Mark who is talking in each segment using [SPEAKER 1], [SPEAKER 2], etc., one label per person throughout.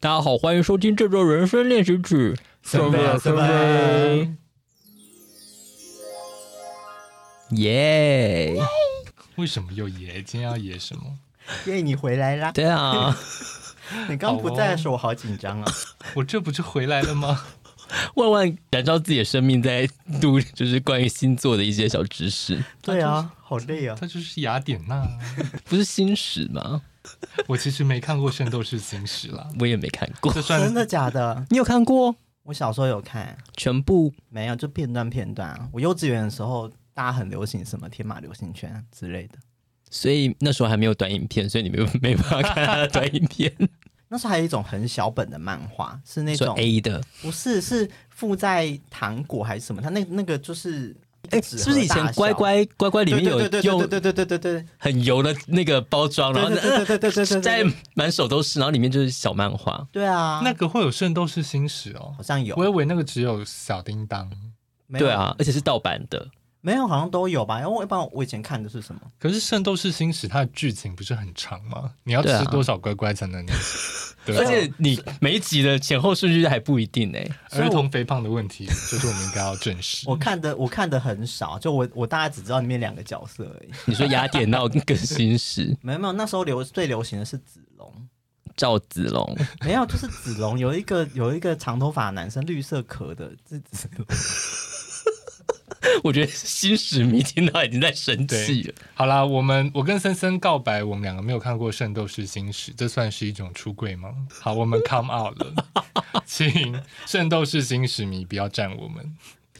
[SPEAKER 1] 大家好，欢迎收听这周人生练习曲。
[SPEAKER 2] 三杯啊三杯！
[SPEAKER 1] 耶！
[SPEAKER 2] 为什么又爷？今天要爷什么？
[SPEAKER 3] 耶，你回来啦！
[SPEAKER 1] 对啊，
[SPEAKER 3] 你刚不在的时候，我好紧张啊！
[SPEAKER 2] 我这不就回来了吗？
[SPEAKER 1] 万万燃烧自己的生命，在读就是关于星座的一些小知识，
[SPEAKER 3] 对啊，好累啊！
[SPEAKER 2] 他就是雅典娜。啊
[SPEAKER 1] 不是星矢吗？
[SPEAKER 2] 我其实没看过《圣斗士星矢》啦，
[SPEAKER 1] 我也没看过。
[SPEAKER 2] 这算
[SPEAKER 3] 真的假的？
[SPEAKER 1] 你有看过
[SPEAKER 3] 我小时候有看，
[SPEAKER 1] 全部？
[SPEAKER 3] 没有就片段片段啊。我幼稚园的时候，大家很流行什么天马流星拳之类的，
[SPEAKER 1] 所以那时候还没有短影片，所以你没有没办法看他的短影片，
[SPEAKER 3] 那时候还有一种很小本的漫画，是 那
[SPEAKER 1] 说
[SPEAKER 3] 种
[SPEAKER 1] A 的。
[SPEAKER 3] 不是是附在糖果还是什么？它那那个就是
[SPEAKER 1] 哎、是不是以前乖乖乖乖里面有
[SPEAKER 3] 对对对
[SPEAKER 1] 用
[SPEAKER 3] 对对对对对对
[SPEAKER 1] 很油的那个包装，然后
[SPEAKER 3] 对对对对对对对
[SPEAKER 1] 在
[SPEAKER 3] 对
[SPEAKER 1] 满手都是，然后里面就是小漫画。
[SPEAKER 3] 对啊！
[SPEAKER 2] 那个会有《圣斗士星矢》哦
[SPEAKER 3] 好，像有
[SPEAKER 2] 我以为那个只有小叮当。
[SPEAKER 3] 没有
[SPEAKER 1] 对，啊，而且是盗版的。
[SPEAKER 3] 没有好像都有吧？因为我一般我以前看的是什么？
[SPEAKER 2] 可是《圣斗士星矢》它的剧情不是很长吗？你要
[SPEAKER 1] 对啊
[SPEAKER 2] 吃多少乖乖才能？对
[SPEAKER 1] 而
[SPEAKER 2] 啊，
[SPEAKER 1] 且你每一集的前后顺序还不一定哎、
[SPEAKER 2] 儿童肥胖的问题，就是我们应该要正视。
[SPEAKER 3] 我看的我看的很少，就我我大概只知道里面两个角色而已。
[SPEAKER 1] 你说雅典娜跟星矢、
[SPEAKER 3] 没有没有，那时候流最流行的是子龙，
[SPEAKER 1] 赵子龙，
[SPEAKER 3] 没有就是子龙有一个有一个长头发男生绿色壳的，是 子龙。
[SPEAKER 1] 我觉得星矢迷听到已经在生气了。
[SPEAKER 2] 好啦，我们我跟森森告白，我们两个没有看过《圣斗士星矢》，这算是一种出柜吗？好，我们 come out 了， 请《圣斗士星矢》迷不要站我们。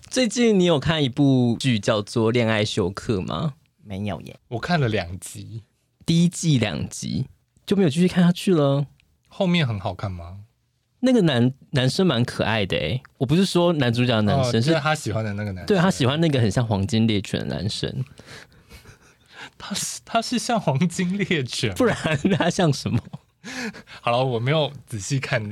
[SPEAKER 1] 最近你有看一部剧叫做《恋爱休克》吗？
[SPEAKER 3] 没有耶，
[SPEAKER 2] 我看了两集，
[SPEAKER 1] 第一季两集就没有继续看下去了。
[SPEAKER 2] 后面很好看吗？
[SPEAKER 1] 那个男男生蛮可爱的哎、我不是说男主角的男生、
[SPEAKER 2] 哦、就是是他喜欢的那个男生，
[SPEAKER 1] 对他啊喜欢那个很像黄金猎犬的男生，
[SPEAKER 2] 他是他是像黄金猎犬。
[SPEAKER 1] 不然他像什么？
[SPEAKER 2] 好了，我没有仔细看，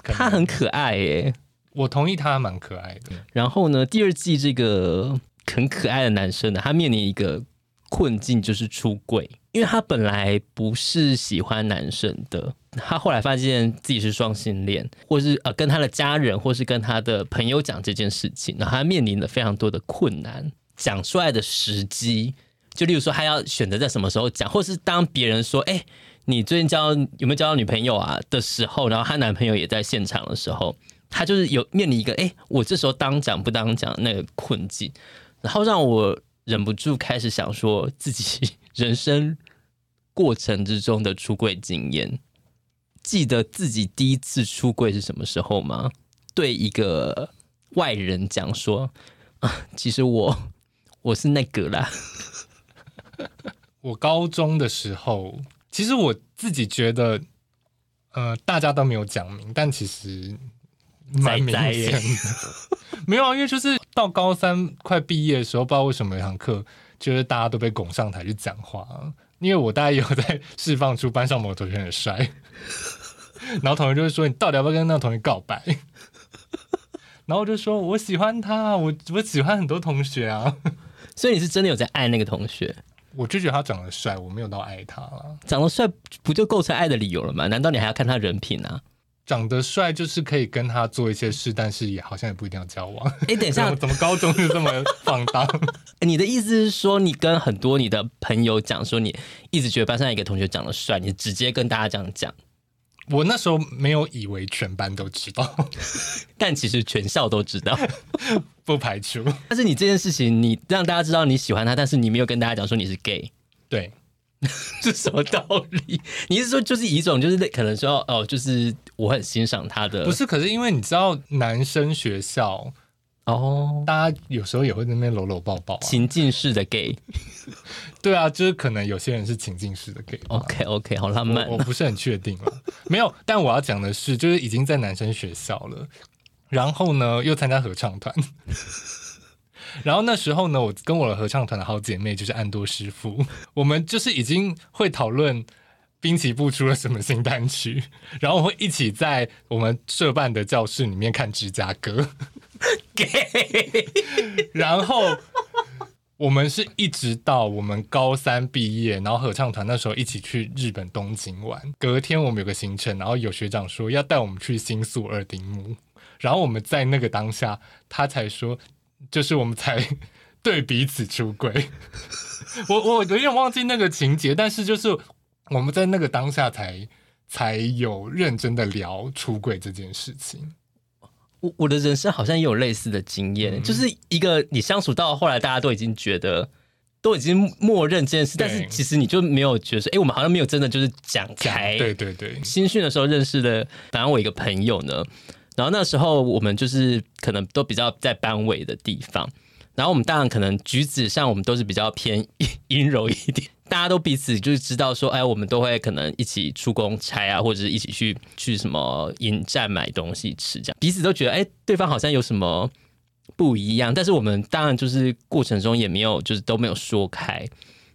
[SPEAKER 2] 可能
[SPEAKER 1] 他很可爱欸耶、
[SPEAKER 2] 我同意他蛮可爱的。
[SPEAKER 1] 然后呢，第二季这个很可爱的男生呢，他面临一个困境，就是出柜，因为他本来不是喜欢男生的，他后来发现自己是双性恋，或是呃跟他的家人或是跟他的朋友讲这件事情，然后他面临了非常多的困难，讲出来的时机。就例如说，他要选择在什么时候讲，或是当别人说“哎、你最近交有没有交到女朋友啊”的时候，然后她男朋友也在现场的时候，她就是有面临一个哎、诶我这时候当讲不当讲那个困境，然后让我忍不住开始想说自己人生过程之中的出柜经验。记得自己第一次出柜是什么时候吗？对一个外人讲说啊，其实我我是那个啦，
[SPEAKER 2] 我高中的时候，其实我自己觉得，呃，大家都没有讲明，但其实蛮明
[SPEAKER 1] 仔仔
[SPEAKER 2] 显
[SPEAKER 1] 耶
[SPEAKER 2] 的。 没有啊，因为就是到高三快毕业的时候，不知道为什么有一堂课，就是大家都被拱上台去讲话。因为我大概也有在释放出班上某个同学很帅，然后同学就会说：“你到底要不要跟那个同学告白？” 然后我就说：“我喜欢他，我我喜欢很多同学啊。
[SPEAKER 1] 所以你是真的有在爱那个同学，”
[SPEAKER 2] 我就觉得他长得帅，我没有到爱他啦。
[SPEAKER 1] 长得帅不就构成爱的理由了吗？难道你还要看他人品啊？
[SPEAKER 2] 长得帅就是可以跟他做一些事，但是也好像也不一定要交往。
[SPEAKER 1] 哎、等一
[SPEAKER 2] 怎
[SPEAKER 1] 下
[SPEAKER 2] 么，怎么高中就这么放荡？
[SPEAKER 1] 你的意思是说，你跟很多你的朋友讲说，你一直觉得班上一个同学长得帅，你直接跟大家这样讲，
[SPEAKER 2] 我那时候没有以为全班都知道，
[SPEAKER 1] 但其实全校都知道。
[SPEAKER 2] 不排除。
[SPEAKER 1] 但是你这件事情，你让大家知道你喜欢他，但是你没有跟大家讲说你是 gay，
[SPEAKER 2] 对，
[SPEAKER 1] 这什么道理？ 你是说就是以一种就是可能说哦，就是我很欣赏他的，
[SPEAKER 2] 不是，可是因为你知道，男生学校
[SPEAKER 1] 哦，
[SPEAKER 2] 大家有时候也会在那边搂搂抱抱、啊。
[SPEAKER 1] 情境式的 gay。
[SPEAKER 2] 对啊，就是可能有些人是情境式的啊 gay 嘛。
[SPEAKER 1] OK OK，好浪漫哦
[SPEAKER 2] 我我不是很确定了， 没有。但我要讲的是，就是已经在男生学校了，然后呢又参加合唱团， 然后那时候呢，我跟我的合唱团的好姐妹就是安多师傅，我们就是已经会讨论。滨崎步出了什么新单曲？然后我会一起在我们社办的教室 里面看《芝加哥》
[SPEAKER 1] gay。
[SPEAKER 2] 然后我们是一直到我们高三毕业，然后合唱团那时候一起去日本东京玩。隔天我们有个行程，然后有学长说要带我们去新宿二丁目，然后我们在那个当下，他才说，就是我们才对彼此出轨。 我我有点忘记那个情节，但是就是我们在那个当下才才有认真的聊出轨这件事情。
[SPEAKER 1] 我我的人生好像也有类似的经
[SPEAKER 2] 嗯
[SPEAKER 1] 验，就是一个你相处到后来，大家都已经觉得。都已经默认这件事，
[SPEAKER 2] 对
[SPEAKER 1] 但是其实你就没有觉得说，哎、我们好像没有真的就是讲开。
[SPEAKER 2] 对对对，
[SPEAKER 1] 新训的时候认识的，反正我一个朋友呢，然后那时候我们就是可能都比较在班委的地方，然后我们当然可能举止上我们都是比较偏阴柔一点，大家都彼此就是知道说，哎，我们都会可能一起出公差啊，或者是一起去去什么影站买东西吃，这样彼此都觉得，哎，对方好像有什么。不一样，但是我们当然就是过程中也没有，就是都没有说开。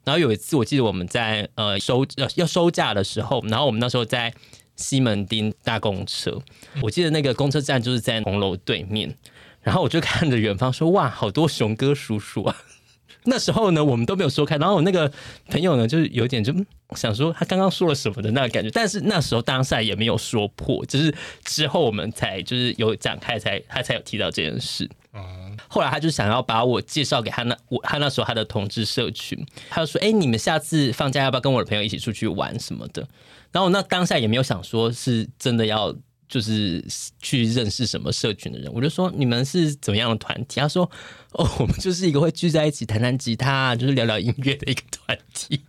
[SPEAKER 1] 然后有一次，我记得我们在呃收呃要收假的时候，然后我们那时候在西门町搭公车，我记得那个公车站就是在红楼对面，然后我就看着远方说：“哇，好多熊哥叔叔啊！” 那时候呢，我们都没有说开，然后我那个朋友呢，就是有点就嗯想说他刚刚说了什么的那个感觉，但是那时候当下也没有说破，就是之后我们才就是有展开才他才有提到这件事。
[SPEAKER 2] 嗯，
[SPEAKER 1] 后来他就想要把我介绍给他那我他那时候他的同志社群，他就说：“哎、你们下次放假要不要跟我的朋友一起出去玩什么的？”然后我那当下也没有想说是真的要就是去认识什么社群的人，我就说：“你们是怎么样的团体？”他说：“哦， 我们就是一个会聚在一起弹弹吉他，就是聊聊音乐的一个团体。”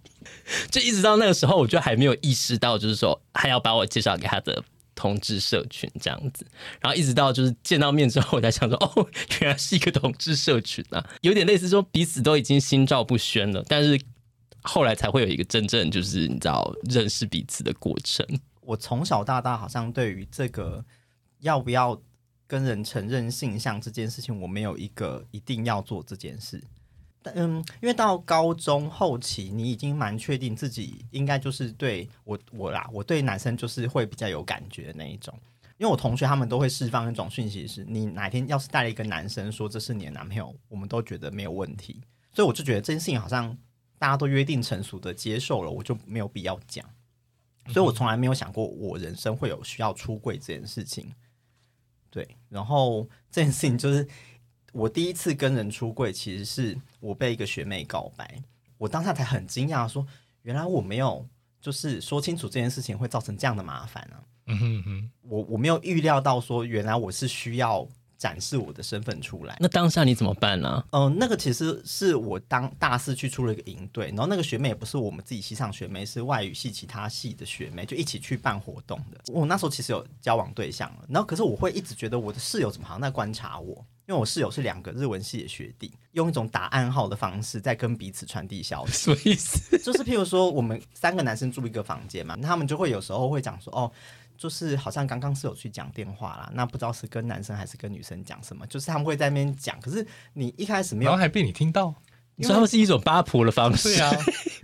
[SPEAKER 1] 就一直到那个时候，我就还没有意识到，就是说他要把我介绍给他的同志社群这样子。然后一直到就是见到面之后，我才想说，哦， 原来是一个同志社群啊，有点类似说彼此都已经心照不宣了，但是后来才会有一个真正就是你知道认识彼此的过程。
[SPEAKER 3] 我从小到大好像对于这个要不要跟人承认性向这件事情，我没有一个一定要做这件事。但嗯，因为到高中后期，你已经蛮确定自己应该就是对我我啦，我对男生就是会比较有感觉的那一种。因为我同学他们都会释放一种讯息是，你哪天要是带了一个男生说这是你的男朋友，我们都觉得没有问题。所以我就觉得这件事情好像大家都约定成熟的接受了，我就没有必要讲。所以
[SPEAKER 2] 嗯
[SPEAKER 3] 我从来没有想过我人生会有需要出柜这件事情。对，然后这件事情就是我第一次跟人出柜，其实是我被一个学妹告白，我当下才很惊讶，说原来我没有就是说清楚这件事情会造成这样的麻烦啊。
[SPEAKER 2] 嗯哼嗯哼。
[SPEAKER 3] 我我没有预料到说，原来我是需要展示我的身份出来。
[SPEAKER 1] 那当下你怎么办呢、啊
[SPEAKER 3] 嗯、那个其实是我当大四去出了一个营队，然后那个学妹也不是我们自己系上学妹，是外语系其他系的学妹，就一起去办活动的。我那时候其实有交往对象了，然后可是我会一直觉得我的室友怎么好像在观察我，因为我室友是两个日文系的学弟，用一种打暗号的方式在跟彼此传递消息。
[SPEAKER 1] 什么意思？
[SPEAKER 3] 就是譬如说，我们三个男生住一个房间嘛，那他们就会有时候会讲说，哦，就是好像刚刚是有去讲电话啦，那不知道是跟男生还是跟女生讲什么，就是他们会在那边讲，可是你一开始没
[SPEAKER 2] 然
[SPEAKER 3] 有
[SPEAKER 2] 后，还被你听到。
[SPEAKER 1] 你说他们是一种八婆的方式，
[SPEAKER 2] 啊，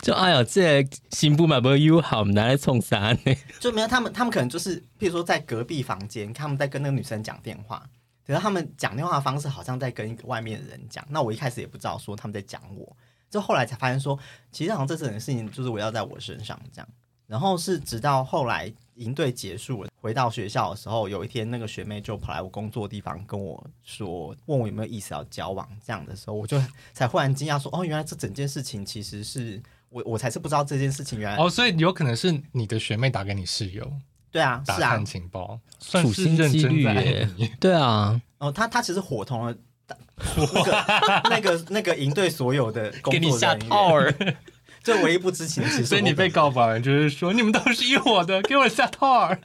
[SPEAKER 1] 就哎呀，这新不买不友好，我们拿来冲啥呢？
[SPEAKER 3] 就没有他们，他们可能就是譬如说在隔壁房间，他们在跟那个女生讲电话，可是他们讲电话的方式好像在跟一个外面的人讲，那我一开始也不知道说他们在讲我，就后来才发现说，其实好像这整件事情就是围绕在我身上这样。然后是直到后来营队结束了，回到学校的时候，有一天那个学妹就跑来我工作的地方跟我说，问我有没有意思要交往这样的时候，我就才忽然惊讶说，哦，原来这整件事情其实是我我才是不知道这件事情
[SPEAKER 1] 哎
[SPEAKER 3] 原来、
[SPEAKER 2] 哦，所以有可能是你的学妹打给你室友
[SPEAKER 3] 对啊
[SPEAKER 2] 打
[SPEAKER 3] 是啊
[SPEAKER 2] 探情报，算是认真在爱你。
[SPEAKER 1] 对啊，
[SPEAKER 3] 哦，他他其实伙同了大。那个那个那个营队所有的工
[SPEAKER 1] 给你
[SPEAKER 3] 作
[SPEAKER 1] 下
[SPEAKER 3] 人
[SPEAKER 1] 套
[SPEAKER 3] 员，
[SPEAKER 1] 儿，
[SPEAKER 3] 这唯一不知情的其实
[SPEAKER 2] 所以
[SPEAKER 3] 我
[SPEAKER 2] 你被
[SPEAKER 3] 本人
[SPEAKER 2] 告白完就是说你们都是一伙的，给我下套儿。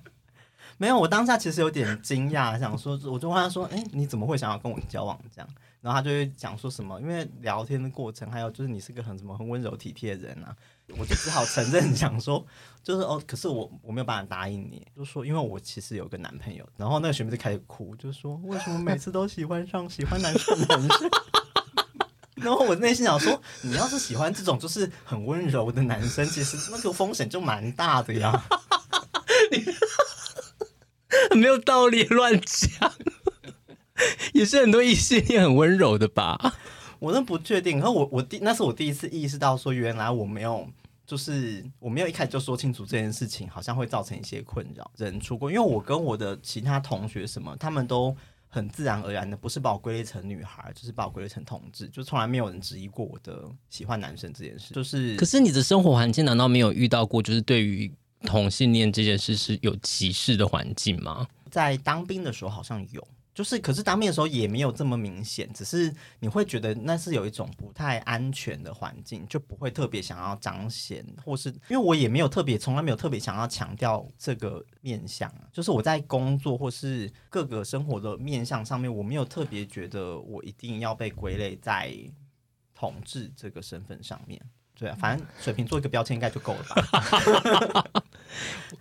[SPEAKER 3] 没有？我当下其实有点惊讶， 想说，我就问他说：“哎、你怎么会想要跟我交往？”这样，然后他就会讲说什么，因为聊天的过程，还有就是你是个很什么很温柔体贴的人啊，我就只好承认 想说，就是哦，可是我我没有办法答应你，就说因为我其实有个男朋友，然后那个学妹就开始哭，就说为什么每次都喜欢上喜欢男生的男生？ 然后我内心想说，你要是喜欢这种就是很温柔的男生，其实那个风险就蛮大的呀。
[SPEAKER 1] 没有道 理乱讲，也是很多异性恋很温柔的吧？
[SPEAKER 3] 我真不确定。然后我我第那是我第一次意识到说，原来我没有就是我没有一开始就说清楚这件事情，好像会造成一些困扰。人出柜，因为我跟我的其他同学什么，他们都很自然而然的，不是把我归类成女孩，就是把我归类成同志，就从来没有人质疑过我的喜欢男生这件事。就是
[SPEAKER 1] 可是你的生活环境难道没有遇到过，就是对于同性恋这件事是有歧视的环境吗？
[SPEAKER 3] 在当兵的时候好像有，就是可是当兵的时候也没有这么明显，只是你会觉得那是有一种不太安全的环境，就不会特别想要彰显，或是因为我也没有特别，从来没有特别想要强调这个面相啊，就是我在工作或是各个生活的面相上面，我没有特别觉得我一定要被归类在统治这个身份上面。对啊，反正水瓶做一个标签应该就够了吧？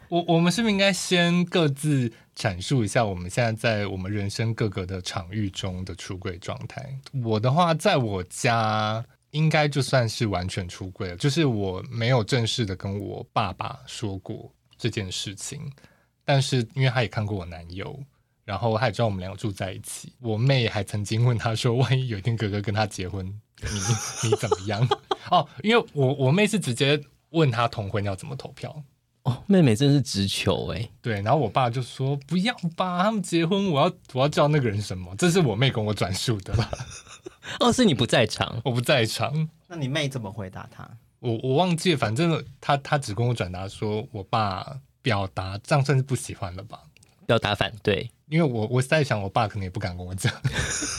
[SPEAKER 2] 我我们是不是应该先各自阐述一下我们现在在我们人生各个的场域中的出柜状态？我的话，在我家应该就算是完全出柜了，就是我没有正式的跟我爸爸说过这件事情，但是因为他也看过我男友。然后他也知道我们两个住在一起，我妹还曾经问他说：“ 万一有一天哥哥跟他结婚，你你怎么样？” 哦，因为我我妹是直接问他同婚要怎么投票，
[SPEAKER 1] 哦，妹妹真是直球哎、
[SPEAKER 2] 对，然后我爸就说不要吧，他们结婚，我要我要叫那个人什么？这是我妹跟我转述的 啦，
[SPEAKER 1] 哦，是你不在场，
[SPEAKER 2] 我不在场，
[SPEAKER 3] 那你妹怎么回答他？
[SPEAKER 2] 我我忘记了，反正他他只跟我转达说，我爸表达这样算是不喜欢了吧？
[SPEAKER 1] 表达反对，
[SPEAKER 2] 因为我我在想，我爸可能也不敢跟我讲。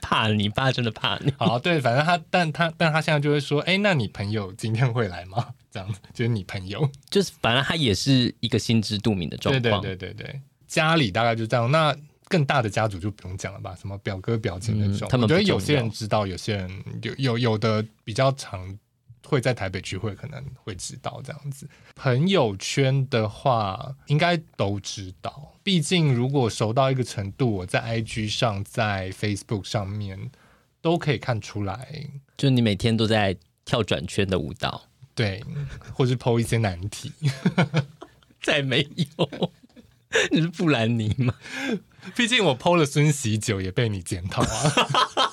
[SPEAKER 1] 怕你爸真的怕你。
[SPEAKER 2] 好，对，反正他，但他但他现在就会说，哎，那你朋友今天会来吗？这样子，就是你朋友。
[SPEAKER 1] 就是反正他也是一个心知肚明的状
[SPEAKER 2] 对对
[SPEAKER 1] 况。
[SPEAKER 2] 对对对，家里大概就这样。那更大的家族就不用讲了吧，什么表哥表姐那种，
[SPEAKER 1] 嗯他们
[SPEAKER 2] 我觉得
[SPEAKER 1] 不重
[SPEAKER 2] 有些人
[SPEAKER 1] 要
[SPEAKER 2] 知道，有些人有有有的比较常会在台北聚会，可能会知道这样子。朋友圈的话，应该都知道，毕竟如果熟到一个程度，我在 IG 上，在 Facebook 上面都可以看出来。
[SPEAKER 1] 就你每天都在跳转圈的舞蹈，
[SPEAKER 2] 对，或是剖一些难题，
[SPEAKER 1] 再没有。 你是布兰妮吗？
[SPEAKER 2] 毕竟我剖了孙喜酒也被你检讨啊。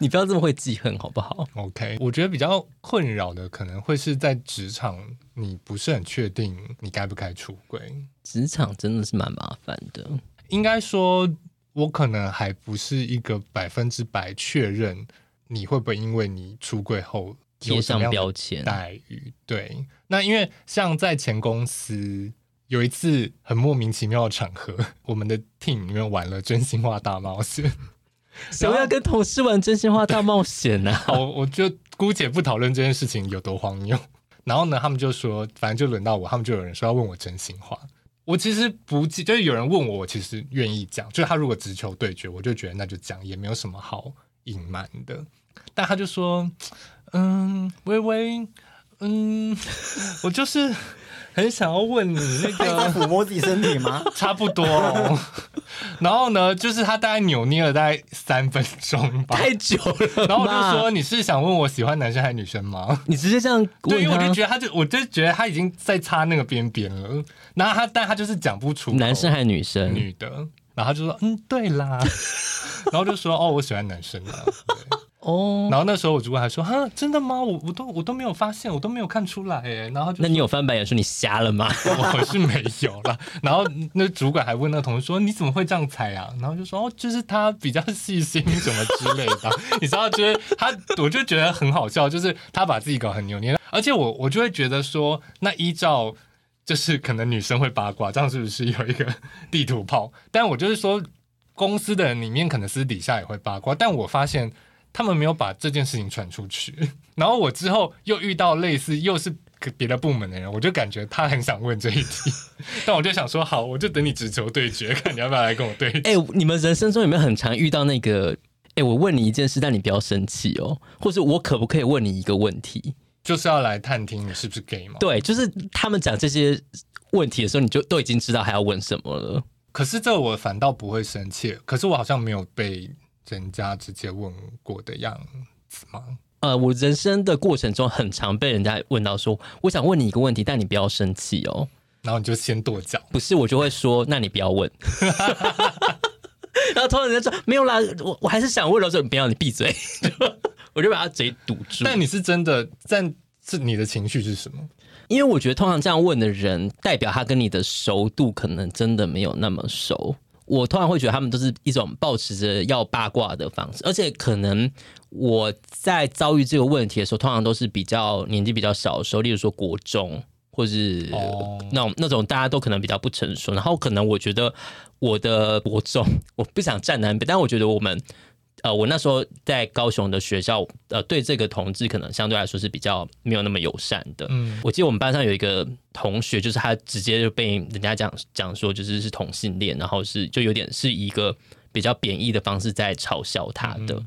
[SPEAKER 1] 你不要这么会记恨好不好？
[SPEAKER 2] OK，我觉得比较困扰的可能会是在职场，你不是很确定你该不该出轨。
[SPEAKER 1] 职场真的是蛮麻烦的。
[SPEAKER 2] 应该说，我可能还不是一个百分之百确认你会不会因为你出轨后有
[SPEAKER 1] 贴
[SPEAKER 2] 什
[SPEAKER 1] 上
[SPEAKER 2] 么样的
[SPEAKER 1] 标签，
[SPEAKER 2] 待遇。对，那因为像在前公司有一次很莫名其妙的场合，我们的 team 里面玩了真心话大冒险。
[SPEAKER 1] 谁要跟同事玩真心话大冒险呢、啊？
[SPEAKER 2] 好，我就姑且不讨论这件事情有多荒谬。然后呢，他们就说，反正就轮到我，他们就有人说要问我真心话。我其实不记，就是有人问我，我其实愿意讲。就是他如果直球对决，我就觉得那就讲，也没有什么好隐瞒的。但他就说，嗯，微微，嗯， 我就是很想要问你那
[SPEAKER 3] 她一直在
[SPEAKER 2] 个，
[SPEAKER 3] 抚摸自己身体吗？
[SPEAKER 2] 差不多、哦。 然后呢，就是他大概扭捏了大概三分钟吧。
[SPEAKER 1] 太久了吧，
[SPEAKER 2] 然后我就说：“你是想问我喜欢男生还是女生吗
[SPEAKER 1] 你直接这样？”
[SPEAKER 2] 对，
[SPEAKER 1] 问
[SPEAKER 2] 因为我就
[SPEAKER 1] 他，
[SPEAKER 2] 觉得他就，我就觉得他已经在擦那个边边了。然后他，但他就是讲不出口
[SPEAKER 1] 男生还是女生？
[SPEAKER 2] 女的，然后他就说：“嗯，对 啦。”然后就说：“哦，我喜欢男生啊。对
[SPEAKER 1] 哦”，
[SPEAKER 2] 然后那时候我主管还说：“哈，真的吗？我我都我都没有发现，我都没有看出来哎。”然后他就
[SPEAKER 1] 那你有翻白眼说你瞎了 吗？
[SPEAKER 2] 我是没有啦。然后那主管还问那个同事说：“你怎么会这样猜啊？”然后就说：“哦，就是他比较细心什么之类的。” 你知道，就是他，我就觉得很好笑，就是他把自己搞很扭捏，而且我我就会觉得说，那依照。就是可能女生会八卦，这样是不是有一个地图炮？但我就是说，公司的人里面可能私底下也会八卦，但我发现他们没有把这件事情传出去。 然后我之后又遇到类似又是别的部门的人，我就感觉他很想问这一题， 但我就想说，好，我就等你直球对决，看你要不要来跟我对决。
[SPEAKER 1] 哎、你们人生中有没有很常遇到那个？哎、我问你一件事，但你不要生气哦，或是我可不可以问你一个问题？
[SPEAKER 2] 就是要来探听你是不是 gay 嘛？
[SPEAKER 1] 对，就是他们讲这些问题的时候，你就都已经知道还要问什么了。
[SPEAKER 2] 可是这我反倒不会生气，可是我好像没有被人家直接问过的样子嘛。
[SPEAKER 1] 呃，我人生的过程中很常被人家问到说，我想问你一个问题，但你不要生气哦。
[SPEAKER 2] 然后你就先跺脚，
[SPEAKER 1] 不是，我就会说，那你不要问。然后突然人家说没有啦，我我还是想问，老师不要你闭嘴， 就我就把他嘴堵住。
[SPEAKER 2] 但你是真的，但是你的情绪是什么？
[SPEAKER 1] 因为我觉得通常这样问的人，代表他跟你的熟度可能真的没有那么熟。我通常会觉得他们都是一种保持着要八卦的方式，而且可能我在遭遇这个问题的时候，通常都是比较年纪比较小的时候，例如说国中或是
[SPEAKER 2] 哦
[SPEAKER 1] 那种那种大家都可能比较不成熟，然后可能我觉得我的国中，我不想站南北，但我觉得我们呃，我那时候在高雄的学校，呃，对这个同志可能相对来说是比较没有那么友善的。
[SPEAKER 2] 嗯，
[SPEAKER 1] 我记得我们班上有一个同学，就是他直接就被人家讲讲说，就是是同性恋，然后是就有点是一个比较贬义的方式在嘲笑他的。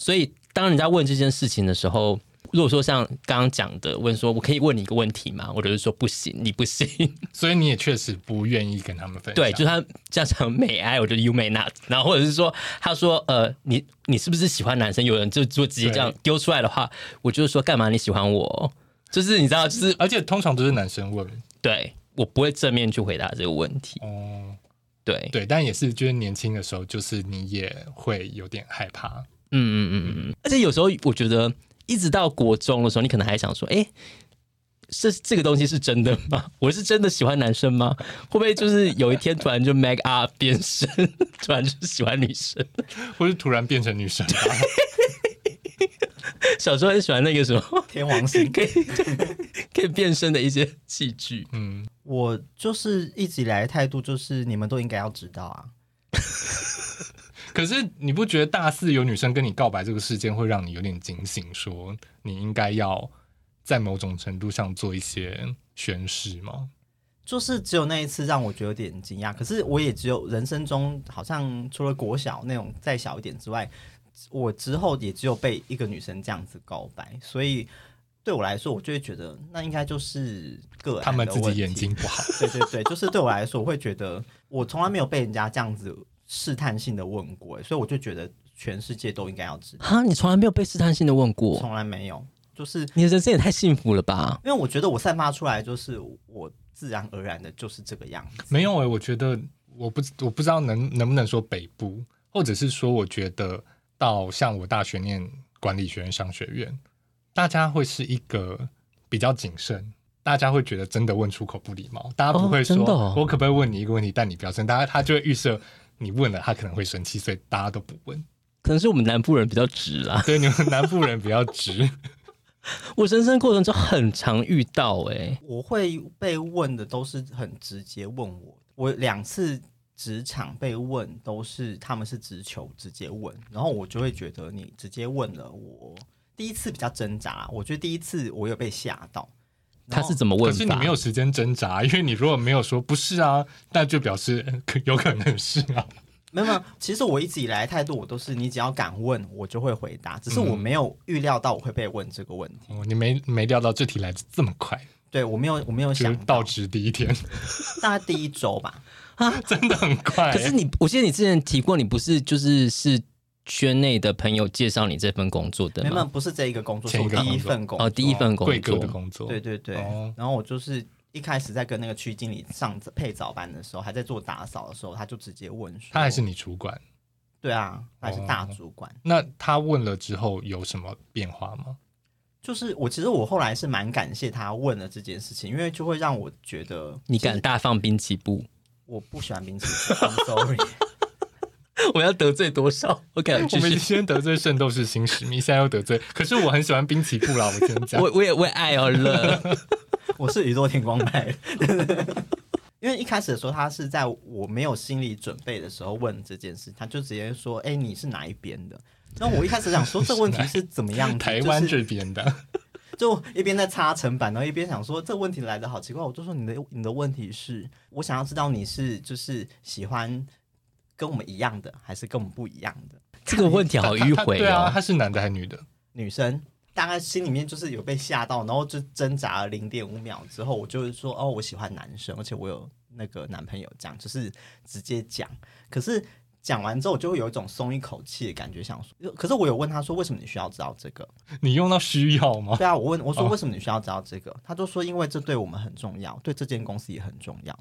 [SPEAKER 1] 所以当人家问这件事情的时候，如果说像刚刚讲的，问说我可以问你一个问题吗？我就是说不行，你不行。
[SPEAKER 2] 所以你也确实不愿意跟他们分享。
[SPEAKER 1] 对，就是他这样讲美爱，我觉得 you may not，然后或者是说他说呃你你是不是喜欢男生？有人就就直接这样
[SPEAKER 2] 对
[SPEAKER 1] 丢出来的话，我就是说干嘛你喜欢我？ 就是你知道，就是
[SPEAKER 2] 而且通常都是男生问
[SPEAKER 1] 对我不会正面去回答这个问题。
[SPEAKER 2] 哦，
[SPEAKER 1] 对，
[SPEAKER 2] 对，但也是就是年轻的时候，就是你也会有点害怕。
[SPEAKER 1] 嗯嗯嗯嗯嗯。而且有时候我觉得，一直到国中的时候，你可能还想说，哎、这这个东西是真的吗？ 我是真的喜欢男生吗？会不会就是有一天突然就 make up 变身， 突然就喜欢女生？
[SPEAKER 2] 或是突然变成女生吧，
[SPEAKER 1] 小时候很喜欢那个什么。
[SPEAKER 3] 天王星
[SPEAKER 1] 可以 可以变身的一些器具。
[SPEAKER 2] 嗯，
[SPEAKER 3] 我就是一直以来的态度就是，你们都应该要知道啊。
[SPEAKER 2] 可是你不觉得大四有女生跟你告白这个事件会让你有点警醒，说你应该要在某种程度上做一些宣誓吗？
[SPEAKER 3] 就是只有那一次让我觉得有点惊讶，可是我也只有人生中好像除了国小那种再小一点之外，我之后也只有被一个女生这样子告白，所以对我来说，我就会觉得那应该就是个案
[SPEAKER 2] 他们
[SPEAKER 3] 的
[SPEAKER 2] 自己
[SPEAKER 3] 问题
[SPEAKER 2] 眼睛不好，
[SPEAKER 3] 对对对，就是对我来说，我会觉得我从来没有被人家这样子试探性的问过，所以我就觉得全世界都应该要知道，
[SPEAKER 1] 哈，你从来没有被试探性的问过，
[SPEAKER 3] 从来没有，就是
[SPEAKER 1] 你的人生也太幸福了吧？
[SPEAKER 3] 因为我觉得我散发出来就是我自然而然的就是这个样子，
[SPEAKER 2] 没有诶、我觉得我不我不知道能能不能说北部，或者是说我觉得到像我大学念管理学院商学院，大家会是一个比较谨慎。大家会觉得真的问出口不礼貌，大家不会说、
[SPEAKER 1] 真的哦
[SPEAKER 2] 我可不可以问你一个问题，但你不要生气。大家他就会预设你问了，他可能会生气，所以大家都不问。
[SPEAKER 1] 可能是我们南部人比较直啦。
[SPEAKER 2] 对，你们南部人比较 直，
[SPEAKER 1] 我人生过程中很常遇到哎、
[SPEAKER 3] 我会被问的都是很直接问我，我两次职场被问都是他们是直球直接问，然后我就会觉得你直接问了我，第一次比较挣扎，我觉得第一次我有被吓到，然
[SPEAKER 1] 他哦
[SPEAKER 3] 后
[SPEAKER 1] 是怎么问
[SPEAKER 2] 可
[SPEAKER 1] 法？
[SPEAKER 2] 是你没有时间挣扎，因为你如果没有说不是啊，那就表示呃可有可能是啊。
[SPEAKER 3] 没有，没有，其实我一直以来的态度，我都是你只要敢问，我就会回答。只是
[SPEAKER 1] 嗯
[SPEAKER 3] 我没有预料到我会被问这个问题，
[SPEAKER 2] 哦，你没没料到这题来的这么快，
[SPEAKER 3] 对我没有，我没有
[SPEAKER 2] 就是
[SPEAKER 3] 想
[SPEAKER 2] 到职第一天，
[SPEAKER 3] 大概第一周吧。
[SPEAKER 2] 真的很快。
[SPEAKER 1] 可是你，我记得你之前提过，你不是就是是圈内的朋友介绍你这份工作的
[SPEAKER 3] 没有，没有
[SPEAKER 1] 吗？
[SPEAKER 3] 不是这一个工作，是
[SPEAKER 2] 前一
[SPEAKER 3] 我第
[SPEAKER 2] 个
[SPEAKER 3] 一
[SPEAKER 2] 工作
[SPEAKER 3] 份工作。
[SPEAKER 1] 哦，第一份工
[SPEAKER 2] 贵哥的
[SPEAKER 1] 作，
[SPEAKER 2] 工作，
[SPEAKER 3] 对对对。
[SPEAKER 2] 哦
[SPEAKER 3] 然后我就是一开始在跟那个区经理上配早班的时候，还在做打扫的时候，他就直接问说：“
[SPEAKER 2] 他还是你哦主管。
[SPEAKER 3] 对啊，他还是大主管。
[SPEAKER 2] 那他问了之后有什么变化吗？
[SPEAKER 3] 就是我其实我后来是蛮感谢他问了这件事情，因为就会让我觉得
[SPEAKER 1] 你敢大放兵器不？
[SPEAKER 3] 我不喜欢冰淇淋，I'm sorry。
[SPEAKER 1] 我要得罪多少？哎我敢
[SPEAKER 2] 我
[SPEAKER 1] 继
[SPEAKER 2] 们
[SPEAKER 1] 续。
[SPEAKER 2] 先得罪圣斗士星矢，你现在又得罪。可是我很喜欢滨崎步啦，我先讲。
[SPEAKER 1] 我我也为爱而乐，
[SPEAKER 3] 我是宇宙天光派。 因为一开始的时候，他是在我没有心理准备的时候问这件事，他就直接说：“哎、你是哪一边的？”然后我一开始想说这问题是怎么样 子，
[SPEAKER 2] 台湾
[SPEAKER 3] 就
[SPEAKER 2] 这
[SPEAKER 3] 是
[SPEAKER 2] 边的，
[SPEAKER 3] 就一边在擦层板，然后一边想说这问题来的好奇怪。我就说你的你的问题是我想要知道你是就是喜欢跟我们一样的，还是跟我们不一样的
[SPEAKER 1] 这个问题好迂
[SPEAKER 2] 他他
[SPEAKER 1] 回
[SPEAKER 2] 对啊，
[SPEAKER 1] 哦。
[SPEAKER 2] 他是男的还是女的？
[SPEAKER 3] 女生。大概心里面就是有被吓到，然后就挣扎了零点五秒之后，我就是说哦，我喜欢男生，而且我有那个男朋友，这样就是直接讲。可是讲完之后，我就会有一种松一口气的感觉，想说，可是我有问他说为什么你需要知道这个？
[SPEAKER 2] 你用到需要吗？
[SPEAKER 3] 对啊，我问我说
[SPEAKER 2] 哦
[SPEAKER 3] 为什么你需要知道这个？他就说因为这对我们很重要，对这间公司也很重要。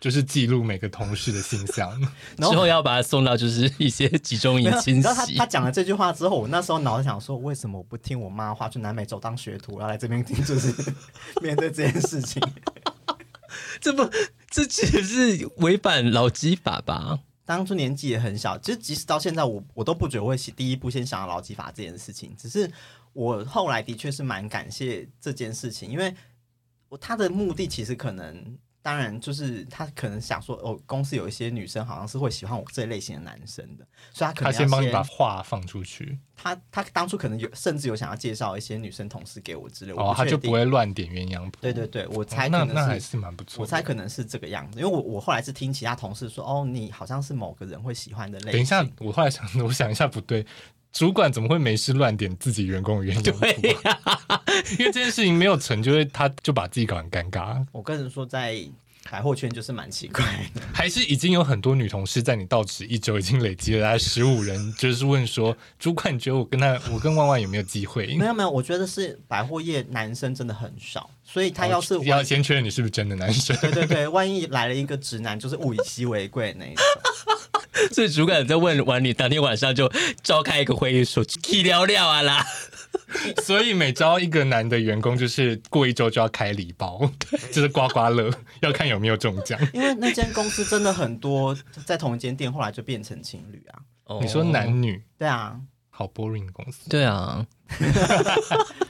[SPEAKER 2] 就是记录每个同事的信箱。
[SPEAKER 1] 之后要把它送到就是一些集中营
[SPEAKER 3] 没有
[SPEAKER 1] 清
[SPEAKER 3] 你知道他
[SPEAKER 1] 洗
[SPEAKER 3] 他。讲了这句话之后，我那时候脑子想说，为什么我不听我妈的话，去南美洲当学徒，然后来这边听，就是 面对这件事情。
[SPEAKER 1] 这不，这只是违反劳基法吧？
[SPEAKER 3] 当初年纪也很小，其实即使到现在我，我都不觉得我会先第一步先想到劳基法这件事情。只是我后来的确是蛮感谢这件事情，因为我他的目的其实可能，当然就是他可能想说，哦，公司有一些女生好像是会喜欢我这类型的男生的，所以他可
[SPEAKER 2] 他
[SPEAKER 3] 能要
[SPEAKER 2] 先帮你把话放出去，
[SPEAKER 3] 他他当初可能有甚至有想要介绍一些女生同事给我之类，我
[SPEAKER 2] 哦，他
[SPEAKER 3] 确
[SPEAKER 2] 就
[SPEAKER 3] 定
[SPEAKER 2] 不会乱点鸳鸯谱。
[SPEAKER 3] 对对对，我
[SPEAKER 2] 哦
[SPEAKER 3] 猜
[SPEAKER 2] 那
[SPEAKER 3] 可
[SPEAKER 2] 那还
[SPEAKER 3] 能
[SPEAKER 2] 是蛮不错
[SPEAKER 3] 我
[SPEAKER 2] 的。
[SPEAKER 3] 猜可能是这个样子，因为我我后来是听其他同事说，哦，你好像是某个人会喜欢的类型。
[SPEAKER 2] 等一下，我后来想，我想一下不对，主管怎么会没事乱点自己员工的鸳鸯谱
[SPEAKER 1] 对
[SPEAKER 2] 啊？ 因为这件事情没有成就，会他就把自己搞很尴尬。
[SPEAKER 3] 我跟人说，在百货圈就是蛮奇怪的。
[SPEAKER 2] 还是已经有很多女同事在你到职一周已经累积了大概十五人， 就是问说，主管觉得我跟他，我跟万万有没有机会？
[SPEAKER 3] 没有没有，我觉得是百货业男生真的很少，所以他
[SPEAKER 2] 哦
[SPEAKER 3] 要是
[SPEAKER 2] 要先确认你是不是真的 男生，
[SPEAKER 3] 对对对，万一来了一个直男，就是物以稀为贵那一种。
[SPEAKER 1] 所以主管在问完你，当天晚上就召开一个会议说，去聊聊啊啦。
[SPEAKER 2] 所以每招一个男的员工，就是过一周就要开礼包， 就是刮刮 乐，要看有没有中奖。
[SPEAKER 3] 因为那间公司真的很多在同一间店，后来就变成情侣啊。
[SPEAKER 2] 你说
[SPEAKER 1] 哦？
[SPEAKER 2] 男女
[SPEAKER 3] 对啊，
[SPEAKER 2] 好 boring 的公司，
[SPEAKER 1] 对啊，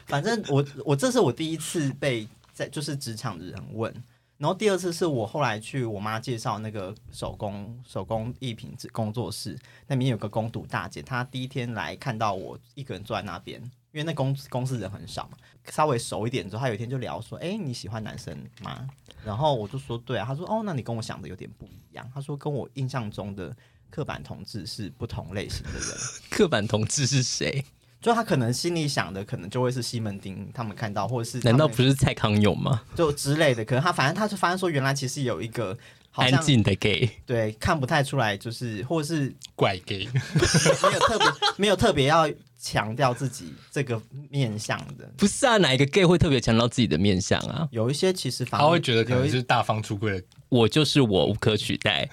[SPEAKER 3] 反正我我这是我第一次被在就是职场的人问，然后第二次是我后来去我妈介绍那个手工手工艺品工作室，那边有个工读大姐，她第一天来看到我一个人坐在那边，因为那公公司人很少嘛，稍微熟一点之后，她有一天就聊说，哎、你喜欢男生吗？然后我就说对啊，她说哦，那你跟我想的有点不一样，她说跟我印象中的刻板同志是不同类型的人。
[SPEAKER 1] 刻板同志是谁？
[SPEAKER 3] 就他可能心里想的，可能就会是西门町他们看到，或者是他
[SPEAKER 1] 难
[SPEAKER 3] 们
[SPEAKER 1] 道不是蔡康永吗？
[SPEAKER 3] 就之类的？可能他反正他就发现说，原来其实有一个好
[SPEAKER 1] 安
[SPEAKER 3] 像
[SPEAKER 1] 静的 gay，
[SPEAKER 3] 对看不太出来，就是或者是
[SPEAKER 2] 怪 gay。
[SPEAKER 3] 没有特别 没有特别要强调自己这个面相的。
[SPEAKER 1] 不是啊？哪一个 gay 会特别强调自己的面相啊？
[SPEAKER 3] 有一些其实反而
[SPEAKER 2] 他会觉得可
[SPEAKER 3] 有
[SPEAKER 2] 能
[SPEAKER 3] 一
[SPEAKER 2] 是大方出柜的，
[SPEAKER 1] 我就是我，无可取代。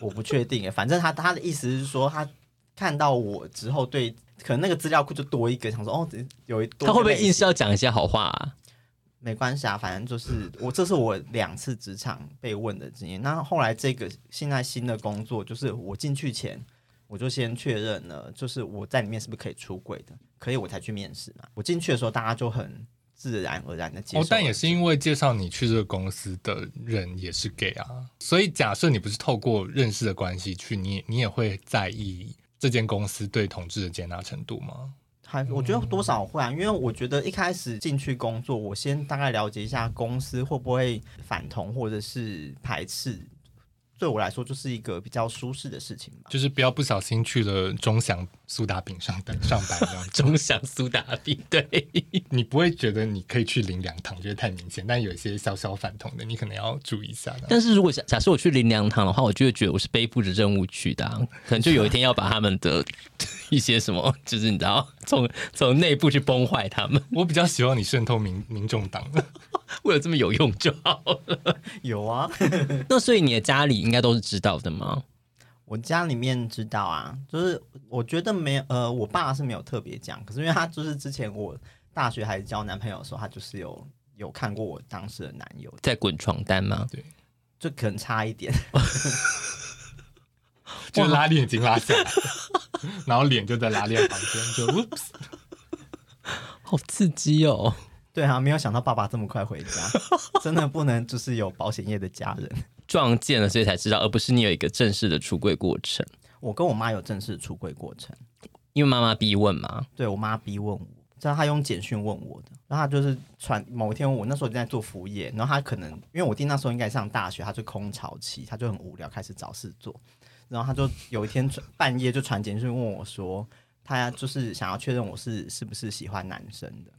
[SPEAKER 3] 我不确定耶，反正他他的意思是说，他看到我之后对，可能那个资料库就多一个，想说哦，有一多一个
[SPEAKER 1] 他会不会
[SPEAKER 3] 类型
[SPEAKER 1] 硬是要讲一些好话啊？
[SPEAKER 3] 没关系啊，反正就是我，这是我两次职场被问的经验。那后来这个现在新的工作，就是我进去前我就先确认了，就是我在里面是不是可以出轨的，可以我才去面试嘛。我进去的时候，大家就很自然而然的接受了、
[SPEAKER 2] 哦，但也是因为介绍你去这个公司的人也是 gay 啊，所以假设你不是透过认识的关系去，你也你也会在意这间公司对同志的接纳程度吗？
[SPEAKER 3] 还我觉得多少会啊，因为我觉得一开始进去工作，我先大概了解一下公司会不会反同或者是排斥，对我来说就是一个比较舒适的事情吧。
[SPEAKER 2] 就是不要不小心去了中祥苏打饼上班上班 这样子，
[SPEAKER 1] 中想苏打饼，对，
[SPEAKER 2] 你不会觉得你可以去领两堂，觉得太明显，但有一些小小反同的，你可能要注意一下的。
[SPEAKER 1] 但是如果假假设我去林良堂的话，我就会觉得我是背负着任务去的啊、可能就有一天要把他们的一些什么，就是你知道， 从从内部去崩坏他们。
[SPEAKER 2] 我比较希望你渗透民民众党，
[SPEAKER 1] 为了这么有用就好了。
[SPEAKER 3] 有啊，
[SPEAKER 1] 那所以你的家里应该都是知道的吗？
[SPEAKER 3] 我家里面知道啊，就是我觉得没有，呃，我爸是没有特别讲，可是因为他就是之前我大学还交男朋友的时候，他就是有有看过我当时的男友，
[SPEAKER 1] 在滚床单吗？
[SPEAKER 3] 就可能差一点，
[SPEAKER 2] 就拉链已经拉 下来了，然后脸就在拉链旁边，就 oops。
[SPEAKER 1] 好刺激哦！
[SPEAKER 3] 对啊，没有想到爸爸这么快回家，真的不能就是有保险业的家人。
[SPEAKER 1] 撞见了，所以才知道，而不是你有一个正式的出柜过程。
[SPEAKER 3] 我跟我妈有正式出柜过程，
[SPEAKER 1] 因为妈妈逼问嘛，
[SPEAKER 3] 对我妈逼问我，知道她用简讯问我的，然后她就是传某一天我那时候在做服务业，然后她可能因为我弟那时候应该上大学，他就空巢期，他就很无聊，开始找事做，然后他就有一天传半夜就传简讯问我说，他就是想要确认我是是不是喜欢男生的，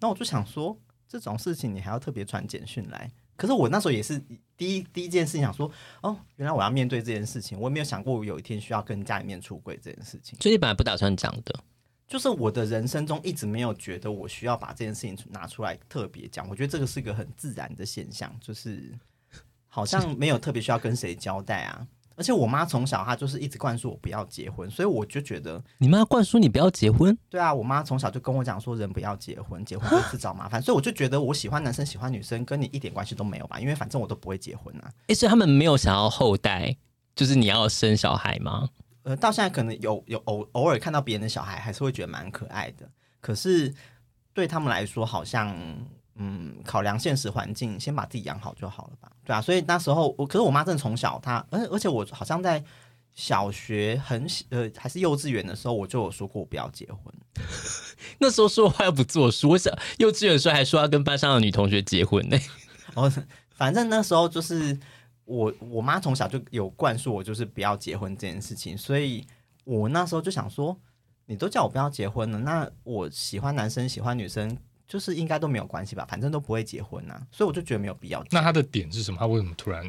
[SPEAKER 3] 那我就想说这种事情你还要特别传简讯来。可是我那时候也是第一第一件事情想说，哦，原来我要面对这件事情，我也没有想过我有一天需要跟家里面出轨这件事情。
[SPEAKER 1] 所以你本来不打算讲的。
[SPEAKER 3] 就是我的人生中一直没有觉得我需要把这件事情拿出来特别讲，我觉得这个是一个很自然的现象，就是好像没有特别需要跟谁交代啊。而且我妈从小她就是一直灌输我不要结婚，所以我就觉得，
[SPEAKER 1] 你妈灌输你不要结婚，
[SPEAKER 3] 对啊，我妈从小就跟我讲说人不要结婚，结婚会自找麻烦，所以我就觉得我喜欢男生喜欢女生跟你一点关系都没有吧，因为反正我都不会结婚啊。
[SPEAKER 1] 诶，所以他们没有想要后代，就是你要生小孩吗？
[SPEAKER 3] 呃，到现在可能有有偶偶尔看到别人的小孩，还是会觉得蛮可爱的。可是对他们来说，好像嗯，考量现实环境，先把自己养好就好了吧？对啊，所以那时候我，可是我妈真的从小她，而而且我好像在小学很小呃还是幼稚园的时候，我就有说过我不要结婚。
[SPEAKER 1] 那时候说话又不作数，我想幼稚园的时候还说要跟班上的女同学结婚呢、
[SPEAKER 3] 然后哦反正那时候就是我我妈从小就有灌输我就是不要结婚这件事情，所以我那时候就想说，你都叫我不要结婚了，那我喜欢男生喜欢女生就是应该都没有关系吧，反正都不会结婚呐、啊所以我就觉得没有必要结。
[SPEAKER 2] 那他的点是什么？他为什么突然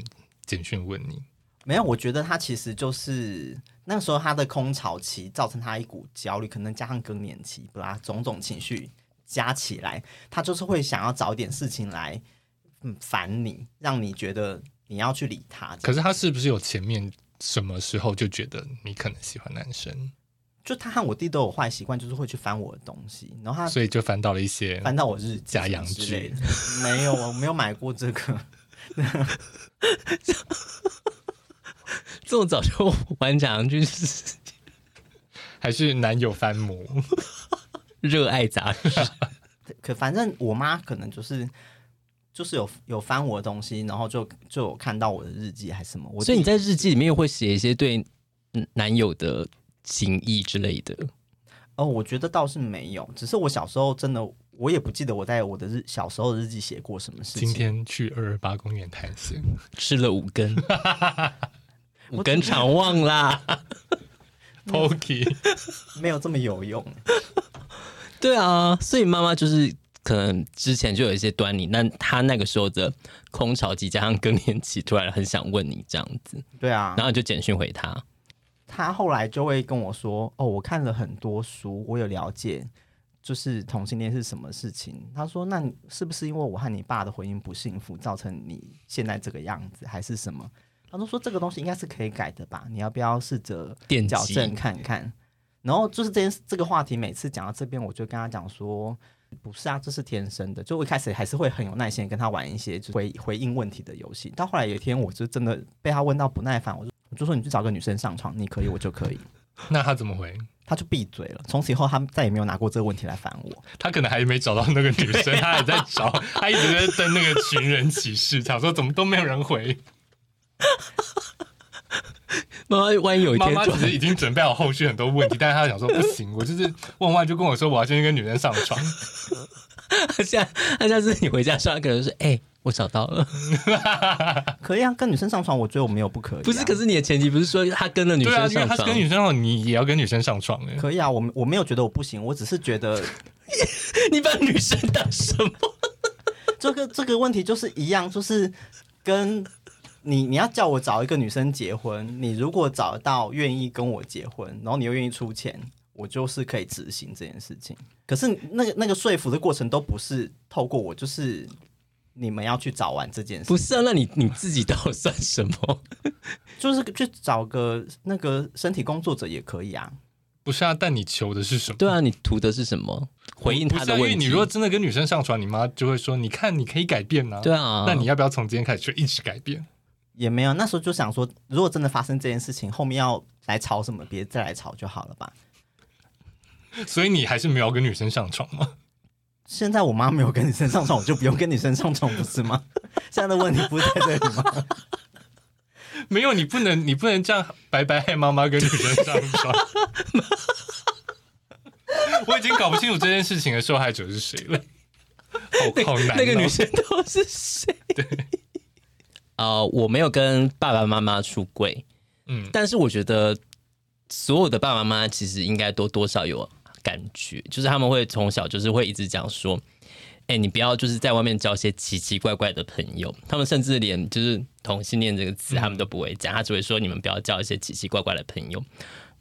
[SPEAKER 2] 简讯问你？
[SPEAKER 3] 没有，我觉得他其实就是那时候他的空巢期造成他一股焦虑，可能加上更年期，不啦，种种情绪加起来，他就是会想要找点事情来嗯烦你，让你觉得你要去理他。
[SPEAKER 2] 可是他是不是有前面什么时候就觉得你可能喜欢男生，
[SPEAKER 3] 就他和我弟都有坏习惯，就是会去翻我的东西，然后他
[SPEAKER 2] 所以就翻到了一些？
[SPEAKER 3] 啊翻到我日记
[SPEAKER 2] 啊假洋
[SPEAKER 3] 之类的。没有，我没有买过这个。
[SPEAKER 1] 这么早就玩假洋剧，就是
[SPEAKER 2] 还是男友翻模？
[SPEAKER 1] 热爱杂志。
[SPEAKER 3] 可反正我妈可能就是就是有有翻我的东西，然后就就有看到我的日记还是什么。我
[SPEAKER 1] 所以
[SPEAKER 3] 弟
[SPEAKER 1] 你在日记里面又会写一些对嗯男友的情意之类的。
[SPEAKER 3] 哦，我觉得倒是没有，只是我小时候真的我也不记得我在我的日小时候的日记写过什么事情。
[SPEAKER 2] 今天去二二八公园探险，
[SPEAKER 1] 吃了五根，五根肠旺啦。
[SPEAKER 2] Pokey，
[SPEAKER 3] 没有这么有用。
[SPEAKER 1] 对啊，所以妈妈就是可能之前就有一些端倪，那她那个时候的空巢期加上更年期，突然很想问你这样子，
[SPEAKER 3] 对啊，
[SPEAKER 1] 然后你就简讯回她。
[SPEAKER 3] 他后来就会跟我说：“哦，我看了很多书，我有了解，就是同性恋是什么事情。”他说：“那你是不是因为我和你爸的婚姻不幸福，造成你现在这个样子，还是什么？”他就说：“这个东西应该是可以改的吧？你要不要试着
[SPEAKER 1] 电击
[SPEAKER 3] 矫正看看？”然后就是这件这个话题，每次讲到这边，我就跟他讲说：“不是啊，这是天生的。”就我一开始还是会很有耐心地跟他玩一些就回回应问题的游戏，到后来有一天，我就真的被他问到不耐烦，我就我就说：“你去找个女生上床，你可以，我就可以。”
[SPEAKER 2] 那他怎么回？
[SPEAKER 3] 他就闭嘴了。从此以后，他再也没有拿过这个问题来烦我。
[SPEAKER 2] 他可能还没找到那个女生，他还在找，他一直在登那个寻人启事，想说怎么都没有人回。
[SPEAKER 1] 妈妈万一有一
[SPEAKER 2] 妈
[SPEAKER 1] 天
[SPEAKER 2] 妈
[SPEAKER 1] 就
[SPEAKER 2] 其实已经准备好后续很多问题，但是她想说不行，我就是问完就跟我说我要先跟女人上床，
[SPEAKER 1] 她现在她下次你回家说，她可能说：“哎、我找到 了。
[SPEAKER 3] 可以啊，跟女生上床，我觉得我没有不可以、啊。
[SPEAKER 1] 不是，可是你的前提不是说她跟了女
[SPEAKER 2] 对啊，
[SPEAKER 1] 生
[SPEAKER 2] 因为
[SPEAKER 1] 上
[SPEAKER 2] 他是
[SPEAKER 1] 床，
[SPEAKER 2] 跟女生上床，你也要跟女生上床哎、
[SPEAKER 3] 可以啊，我我没有觉得我不行，我只是觉得
[SPEAKER 1] 你把女生当什么？
[SPEAKER 3] 这个这个问题就是一样，就是跟你你要叫我找一个女生结婚，你如果找得到愿意跟我结婚，然后你又愿意出钱，我就是可以执行这件事情。可是那个那个说服的过程都不是透过我，就是你们要去找完这件事情
[SPEAKER 1] 不是啊，那你你自己到底算什么？
[SPEAKER 3] 就是去找个那个身体工作者也可以啊。
[SPEAKER 2] 不是啊，但你求的是什 么？
[SPEAKER 1] 对啊，你图的是什么？回应他
[SPEAKER 2] 不是
[SPEAKER 1] 的
[SPEAKER 2] 啊因为
[SPEAKER 1] 问
[SPEAKER 2] 你
[SPEAKER 1] 题。
[SPEAKER 2] 如果真的跟女生上床，你妈就会说：“你看，你可以改变啊。”
[SPEAKER 1] 对啊，
[SPEAKER 2] 那你要不要从今天开始就一直改变？
[SPEAKER 3] 也没有，那时候就想说，如果真的发生这件事情，后面要来吵什么，别再来吵就好了吧。
[SPEAKER 2] 所以你还是没有跟女生上床吗？
[SPEAKER 3] 现在我妈没有跟女生上床，我就不用跟女生上床，不是 吗？现在的问题不是在这里吗？
[SPEAKER 2] 没有，你不能，你不能这样白白害妈妈跟女生上床。 我已经搞不清楚这件事情的受害者是谁了， 好好难、哦
[SPEAKER 1] 那个女生都是 谁？对，呃，我没有跟爸爸妈妈出柜，
[SPEAKER 2] 嗯，
[SPEAKER 1] 但是我觉得所有的爸爸妈妈其实应该都多少有感觉，就是他们会从小就是会一直讲说，哎、你不要就是在外面交一些奇奇怪怪的朋友，他们甚至连就是同性恋这个
[SPEAKER 2] 嗯
[SPEAKER 1] 词他们都不会讲，他只会说你们不要交一些奇奇怪怪的朋友。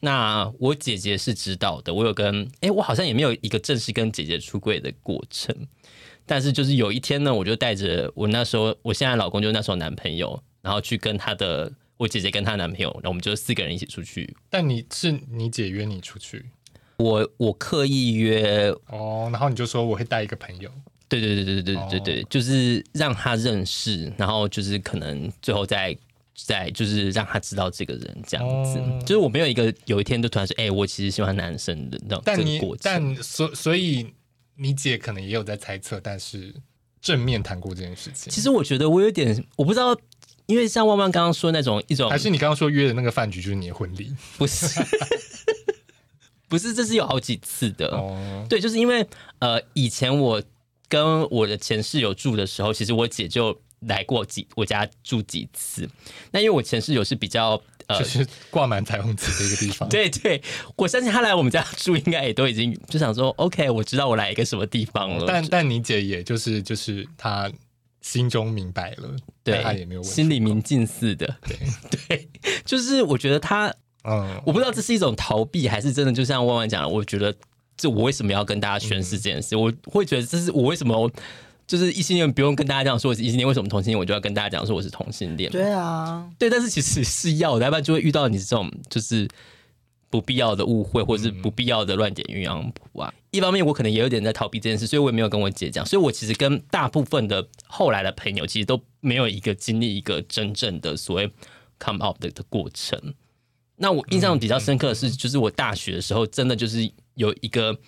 [SPEAKER 1] 那我姐姐是知道的，我有跟哎、我好像也没有一个正式跟姐姐出柜的过程，但是就是有一天呢，我就带着我那时候我现在老公就是那时候男朋友，然然后去跟她的我姐姐跟她男朋友，然后我们就四个人一起出去。
[SPEAKER 2] 但你是你姐约你出去
[SPEAKER 1] 我我刻意约，
[SPEAKER 2] 哦，然后你就说我会带一个朋友，
[SPEAKER 1] 对对对对对对对对，就是让她认识，然后就是可能最后再再就是让她知道这个人这样子。
[SPEAKER 2] 哦
[SPEAKER 1] 就是我没有一个有一天就突然说，哎、我其实喜欢男生的那种
[SPEAKER 2] 但
[SPEAKER 1] 这
[SPEAKER 2] 你
[SPEAKER 1] 个过程。
[SPEAKER 2] 但所所以你姐可能也有在猜测，但是正面谈过这件事情。
[SPEAKER 1] 其实我觉得我有点我不知道，因为像万万刚刚说那种一种
[SPEAKER 2] 还是你刚刚说约的那个饭局就是你的婚礼
[SPEAKER 1] 不是 不是，这是有好几次的。
[SPEAKER 2] 哦，
[SPEAKER 1] 对，就是因为呃，以前我跟我的前室友住的时候，其实我姐就来过几我家住几次。那因为我前室友是比较呃
[SPEAKER 2] 就，是挂满彩虹旗的一个地方。
[SPEAKER 1] 对对，我相信她来我们家 住，应该也都已经就想说，OK，我知道我来一个什么地方了。
[SPEAKER 2] 但但你姐也就是就是她心中明白了，但
[SPEAKER 1] 对，
[SPEAKER 2] 她也没有问
[SPEAKER 1] 心里明镜似的，对 对，就是我觉得她
[SPEAKER 2] 嗯，
[SPEAKER 1] 我不知道这是一种逃避，还是真的就像万万讲的，我觉得这我为什么要跟大家宣誓这件事？我会觉得这是我为什么就是异性恋不用跟大家讲说我是异性恋，为什么同性恋我就要跟大家讲说我是同性恋？
[SPEAKER 3] 对啊，
[SPEAKER 1] 对，但是其实是要的，要不然就会遇到你这种就是不必要的误会，或是不必要的乱点鸳鸯谱啊。一方面我可能也有点在逃避这件事，所以我也没有跟我姐讲，所以我其实跟大部分的后来的朋友其实都没有一个经历一个真正的所谓 come out 的的过程。那我印象比较深刻的是，就是我大学的时候，真的就是有一个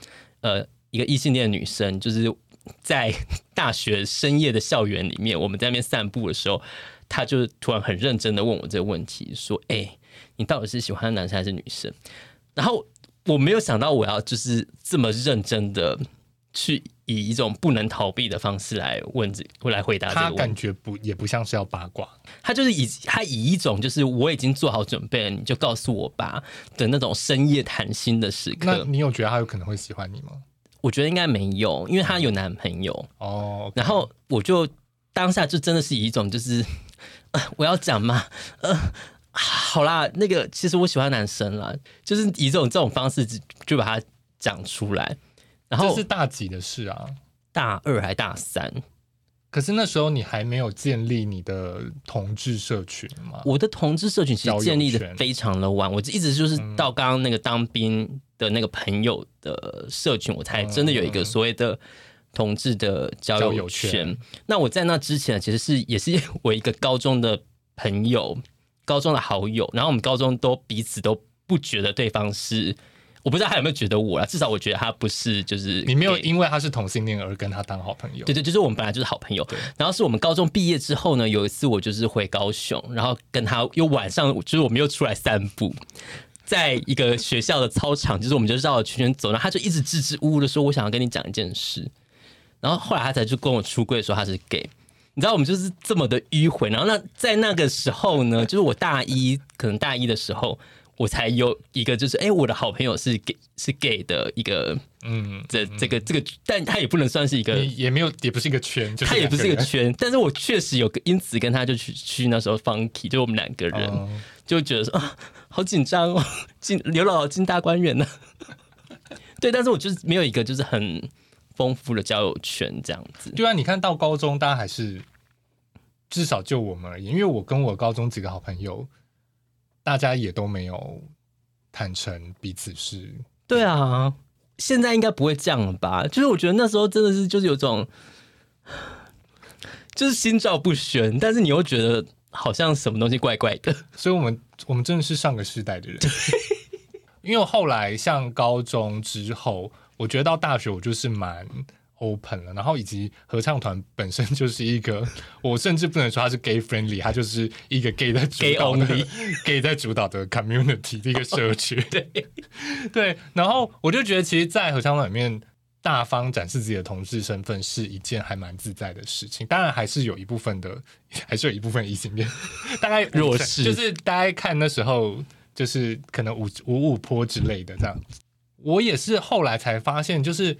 [SPEAKER 1] 呃一个异性恋女生，就是在大学深夜的校园里面，我们在那边散步的时候，她就突然很认真的问我这个问题，说：“哎、你到底是喜欢男生还是女生？”然后我没有想到我要就是这么认真的去以一种不能逃避的方式来问这来回答这个
[SPEAKER 2] 她
[SPEAKER 1] 问题
[SPEAKER 2] 感。觉不也不像是要八卦，
[SPEAKER 1] 他就是以他以一种就是我已经做好准备了，你就告诉我吧的那种深夜谈心的时
[SPEAKER 2] 那
[SPEAKER 1] 刻，
[SPEAKER 2] 你有觉得她有可能会喜欢你吗？
[SPEAKER 1] 我觉得应该没有，因为她有男朋友。
[SPEAKER 2] 哦，
[SPEAKER 1] 然后我就当下就真的是以一种就是、 呃我要讲嘛，呃，好啦，那个其实我喜欢男生啦，就是以这种这种方式就就把它讲出来。然
[SPEAKER 2] 这
[SPEAKER 1] 后
[SPEAKER 2] 是大几的事啊？
[SPEAKER 1] 大二还大三，
[SPEAKER 2] 可是那时候你还没有建立你的同志社群嘛？
[SPEAKER 1] 我的同志社群其
[SPEAKER 2] 交
[SPEAKER 1] 实
[SPEAKER 2] 友
[SPEAKER 1] 建立的
[SPEAKER 2] 圈
[SPEAKER 1] 非常的晚，我一直就是到刚刚那个当兵的那个朋友的社群，我才真的有一个所谓的同志的交
[SPEAKER 2] 交友
[SPEAKER 1] 友
[SPEAKER 2] 圈
[SPEAKER 1] 圈。那我在那之前，其实是也是我一个高中的朋友，高中的好友，然后我们高中都彼此都不觉得对方是。我不知道他有没有觉得我啦，至少我觉得他不是，就是
[SPEAKER 2] 你没有
[SPEAKER 1] gay
[SPEAKER 2] 因为她是同性恋而跟她当好朋友
[SPEAKER 1] 对，对，就是我们本来就是好朋友。然后是我们高中毕业之后呢，有一次我就是回高雄，然后跟他又晚上，就是我们又出来散步，在一个学校的操场，就是我们就绕着圈圈走，然后他就一直支支吾吾的说：“我想要跟你讲一件事。”然后后来他才就跟我出柜说他是 gay。你知道我们就是这么的迂回，然后那在那个时候呢，就是我大一，可能大一的时候，我才有一个就是，哎、我的好朋友是 gay 是 gay 的一个
[SPEAKER 2] 嗯，
[SPEAKER 1] 这这个这个，但他也不能算是一个
[SPEAKER 2] 你也没有，也不是一个圈，就是
[SPEAKER 1] 他也不是一个
[SPEAKER 2] 两
[SPEAKER 1] 圈，但是我确实有个因此跟他就去去那时候 funky，就我们两个
[SPEAKER 2] 个
[SPEAKER 1] 人、
[SPEAKER 2] 人，哦
[SPEAKER 1] 就觉得说啊，好紧张哦，进刘姥姥进大观园呢、 对，但是我就是没有一个就是很丰富的交友圈这样子。
[SPEAKER 2] 对啊，你看到高中，大家还是至少就我们而言，因为我跟我高中几个好朋友，大家也都没有坦诚彼此是，
[SPEAKER 1] 对啊，现在应该不会这样了吧？就是我觉得那时候真的是就是有种，就是心照不宣，但是你又觉得好像什么东西怪怪的。
[SPEAKER 2] 所以我们我们真的是上个世代的人。因为我后来上高中之后，我觉得到大学我就是蛮 open 了，然后以及合唱团本身就是一个，我甚至不能说它是 gay friendly，它就是一个 gay 在主
[SPEAKER 1] Gay
[SPEAKER 2] 导的
[SPEAKER 1] only
[SPEAKER 2] gay 在主导的 community 的一个社区。对 对，然后我就觉得，其实，在合唱团里面。大方展示自己的同志身份是一件还蛮自在的事情，当然还是有一部分的， 还是有一部分异性恋，大概五成
[SPEAKER 1] 弱势
[SPEAKER 2] 就是大家看那时候就是可能五五五坡之类的这样。我也是后来才发现，就是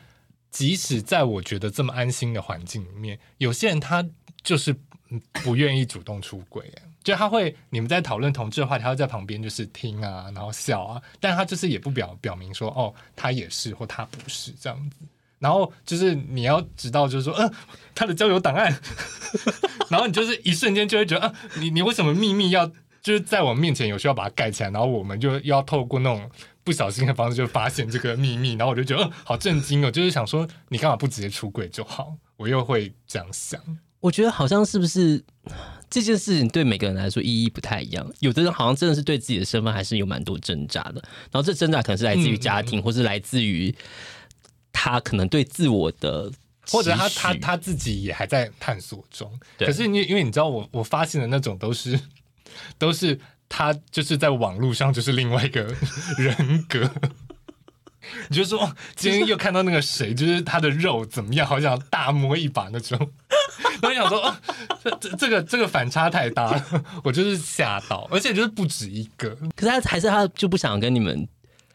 [SPEAKER 2] 即使在我觉得这么安心的环境里面，有些人他就是嗯不愿意主动出轨， 哎就他会你们在讨论同志的话题，他会在旁边就是听啊，然后笑啊，但他就是也不表表明说哦，他也是或他不是这样子。然后就是你要知道，就是说，嗯、他的交友档案，然后你就是一瞬间就会觉得，啊，你你为什么秘密要就是在我面前有需要把它盖起来，然后我们就要透过那种不小心的方式就发现这个秘密，然后我就觉得，嗯、好震惊哦，就是想说，你干嘛不直接出柜就好？我又会这样想，
[SPEAKER 1] 我觉得好像是不是这件事情对每个人来说意义不太一样，有的人好像真的是对自己的身份还是有蛮多挣扎的，然后这挣扎可能是来自于家庭，或是来自于他可能对自我的期许，
[SPEAKER 2] 或者他他他自己也还在探索中。
[SPEAKER 1] 对
[SPEAKER 2] 可是你因为你知道我我发现的那种都是 都是他就是在网络上就是另外一个人格。 你就说，哦今天又看到那个谁，就是他的肉怎么样，好想大摸一把那种。 然后我想说，哦、这这这个这个反差太大了，我就是吓到，而且就是不止一个
[SPEAKER 1] 可是他还是他就不想跟你们。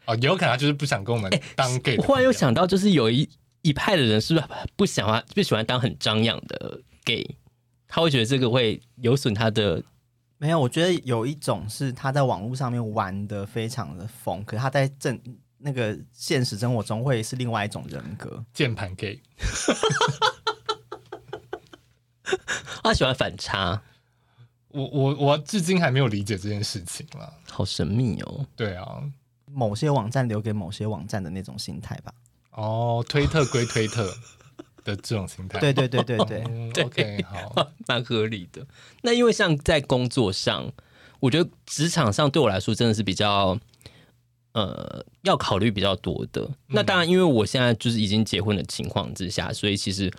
[SPEAKER 2] 哦，也有可能他就是不想跟我们当 gay 的
[SPEAKER 1] 我
[SPEAKER 2] 朋友。
[SPEAKER 1] 哎忽然又想到，就是有一一派的人是不是不想欢不喜欢当很张扬的 gay，他会觉得这个会有损他的
[SPEAKER 3] 没有，我觉得有一种是他在网络上面玩的非常的疯，可是他在正那个现实生活中会是另外一种人格。
[SPEAKER 2] 键盘 gay，
[SPEAKER 1] 他啊喜欢反差，
[SPEAKER 2] 我我我至今还没有理解这件事情啦。
[SPEAKER 1] 好神秘哦。
[SPEAKER 2] 对啊，
[SPEAKER 3] 某些网站留给某些网站的那种心 态吧。
[SPEAKER 2] 哦，推特归推特的这种心态。
[SPEAKER 3] 对对对对对，
[SPEAKER 2] 嗯，OK，好，
[SPEAKER 1] 蛮合理的。那因为像在工作上，我觉得职场上对我来说真的是比较呃要考虑比较多的。
[SPEAKER 2] 嗯
[SPEAKER 1] 那当然，因为我现在就是已经结婚的情况之下，所以其实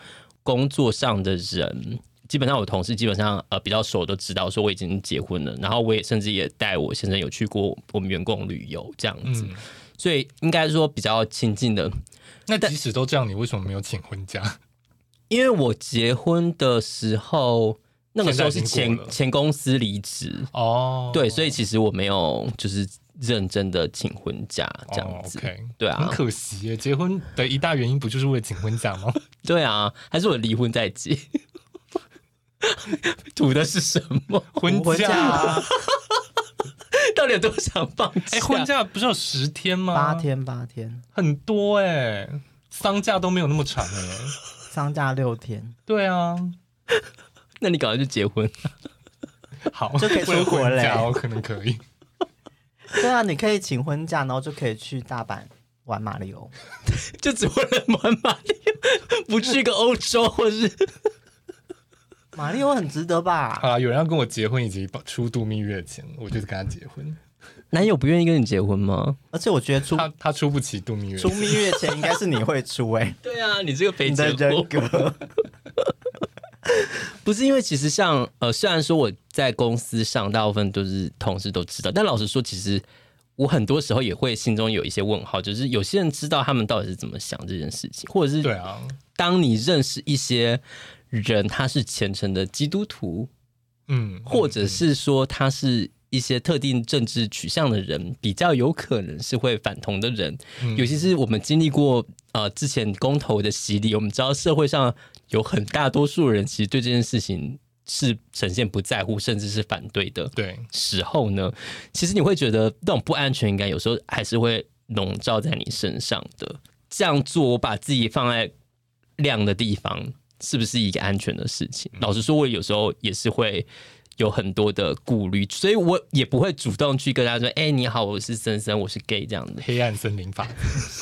[SPEAKER 1] 工作上的人。基本上，我同事基本上呃比较熟都知道，说我已经结婚了，然后我也甚至也带我先生有去过我们员工旅游这样子，
[SPEAKER 2] 嗯，
[SPEAKER 1] 所以应该说比较亲近的
[SPEAKER 2] 那即使都这样，你为什么没有请婚假？
[SPEAKER 1] 因为我结婚的时候，那个时候是
[SPEAKER 2] 现在
[SPEAKER 1] 前
[SPEAKER 2] 已经过了
[SPEAKER 1] 前公司离职，
[SPEAKER 2] 哦，
[SPEAKER 1] 对，所以其实我没有就是认真的请婚假这样子，
[SPEAKER 2] o k
[SPEAKER 1] 对
[SPEAKER 2] 哦很
[SPEAKER 1] 啊，
[SPEAKER 2] 可惜耶，结婚的一大原因不就是为了请婚假 吗？
[SPEAKER 1] 对啊，还是我离婚再结， 图的是什么？
[SPEAKER 2] 婚
[SPEAKER 3] 回家
[SPEAKER 2] 假，
[SPEAKER 3] 啊
[SPEAKER 1] 到底有多想放假？
[SPEAKER 2] 哎，婚假不是有十天吗？
[SPEAKER 3] 八，天八天，
[SPEAKER 2] 很多哎，丧假都没有那么长哎。
[SPEAKER 3] 上架六天
[SPEAKER 2] 对啊，
[SPEAKER 1] 那你赶快去结婚，
[SPEAKER 2] 好，
[SPEAKER 3] 就可以出
[SPEAKER 2] 为了婚
[SPEAKER 3] 国嘞
[SPEAKER 2] 假我哦可能可以。
[SPEAKER 3] 对啊，你可以请婚假，然后就可以去大阪玩马里欧。
[SPEAKER 1] 就只为了玩马里奥，不去个欧洲或是
[SPEAKER 3] 马里欧很值得吧？
[SPEAKER 2] 好啦，有人要跟我结婚以及初度蜜月前，我就是跟他结婚。
[SPEAKER 1] 男友不愿意跟你结婚吗？
[SPEAKER 3] 而且我觉得出
[SPEAKER 2] 他他出不起度蜜月
[SPEAKER 3] 出，蜜月前应该是你会出 哎、
[SPEAKER 1] 对啊，你这个肥
[SPEAKER 3] 你
[SPEAKER 1] 结婚
[SPEAKER 3] 的人格。
[SPEAKER 1] 不是因为其实像呃，虽然说我在公司上大部分都是同事都知道，但老实说，其实我很多时候也会心中有一些问号，就是有些人知道他们到底是怎么想这件事情，或者
[SPEAKER 2] 对
[SPEAKER 1] 是
[SPEAKER 2] 啊，
[SPEAKER 1] 当你认识一些人，他是虔诚的基督徒，
[SPEAKER 2] 嗯，
[SPEAKER 1] 或者是说他是。一些特定政治取向的人，比较有可能是会反同的人，
[SPEAKER 2] 嗯
[SPEAKER 1] 尤其是我们经历过呃之前公投的洗礼，我们知道社会上有很大多数人其实对这件事情是呈现不在乎，甚至是反对的
[SPEAKER 2] 对，
[SPEAKER 1] 时候呢，其实你会觉得那种不安全感有时候还是会笼罩在你身上的。这样做，我把自己放在亮的地方，是不是一个安全的事
[SPEAKER 2] 嗯
[SPEAKER 1] 情？老实说，我有时候也是会。有很多的顾虑，所以我也不会主动去跟他说：“哎、你好，我是森森，我是 gay 这样子。
[SPEAKER 2] 黑暗森林法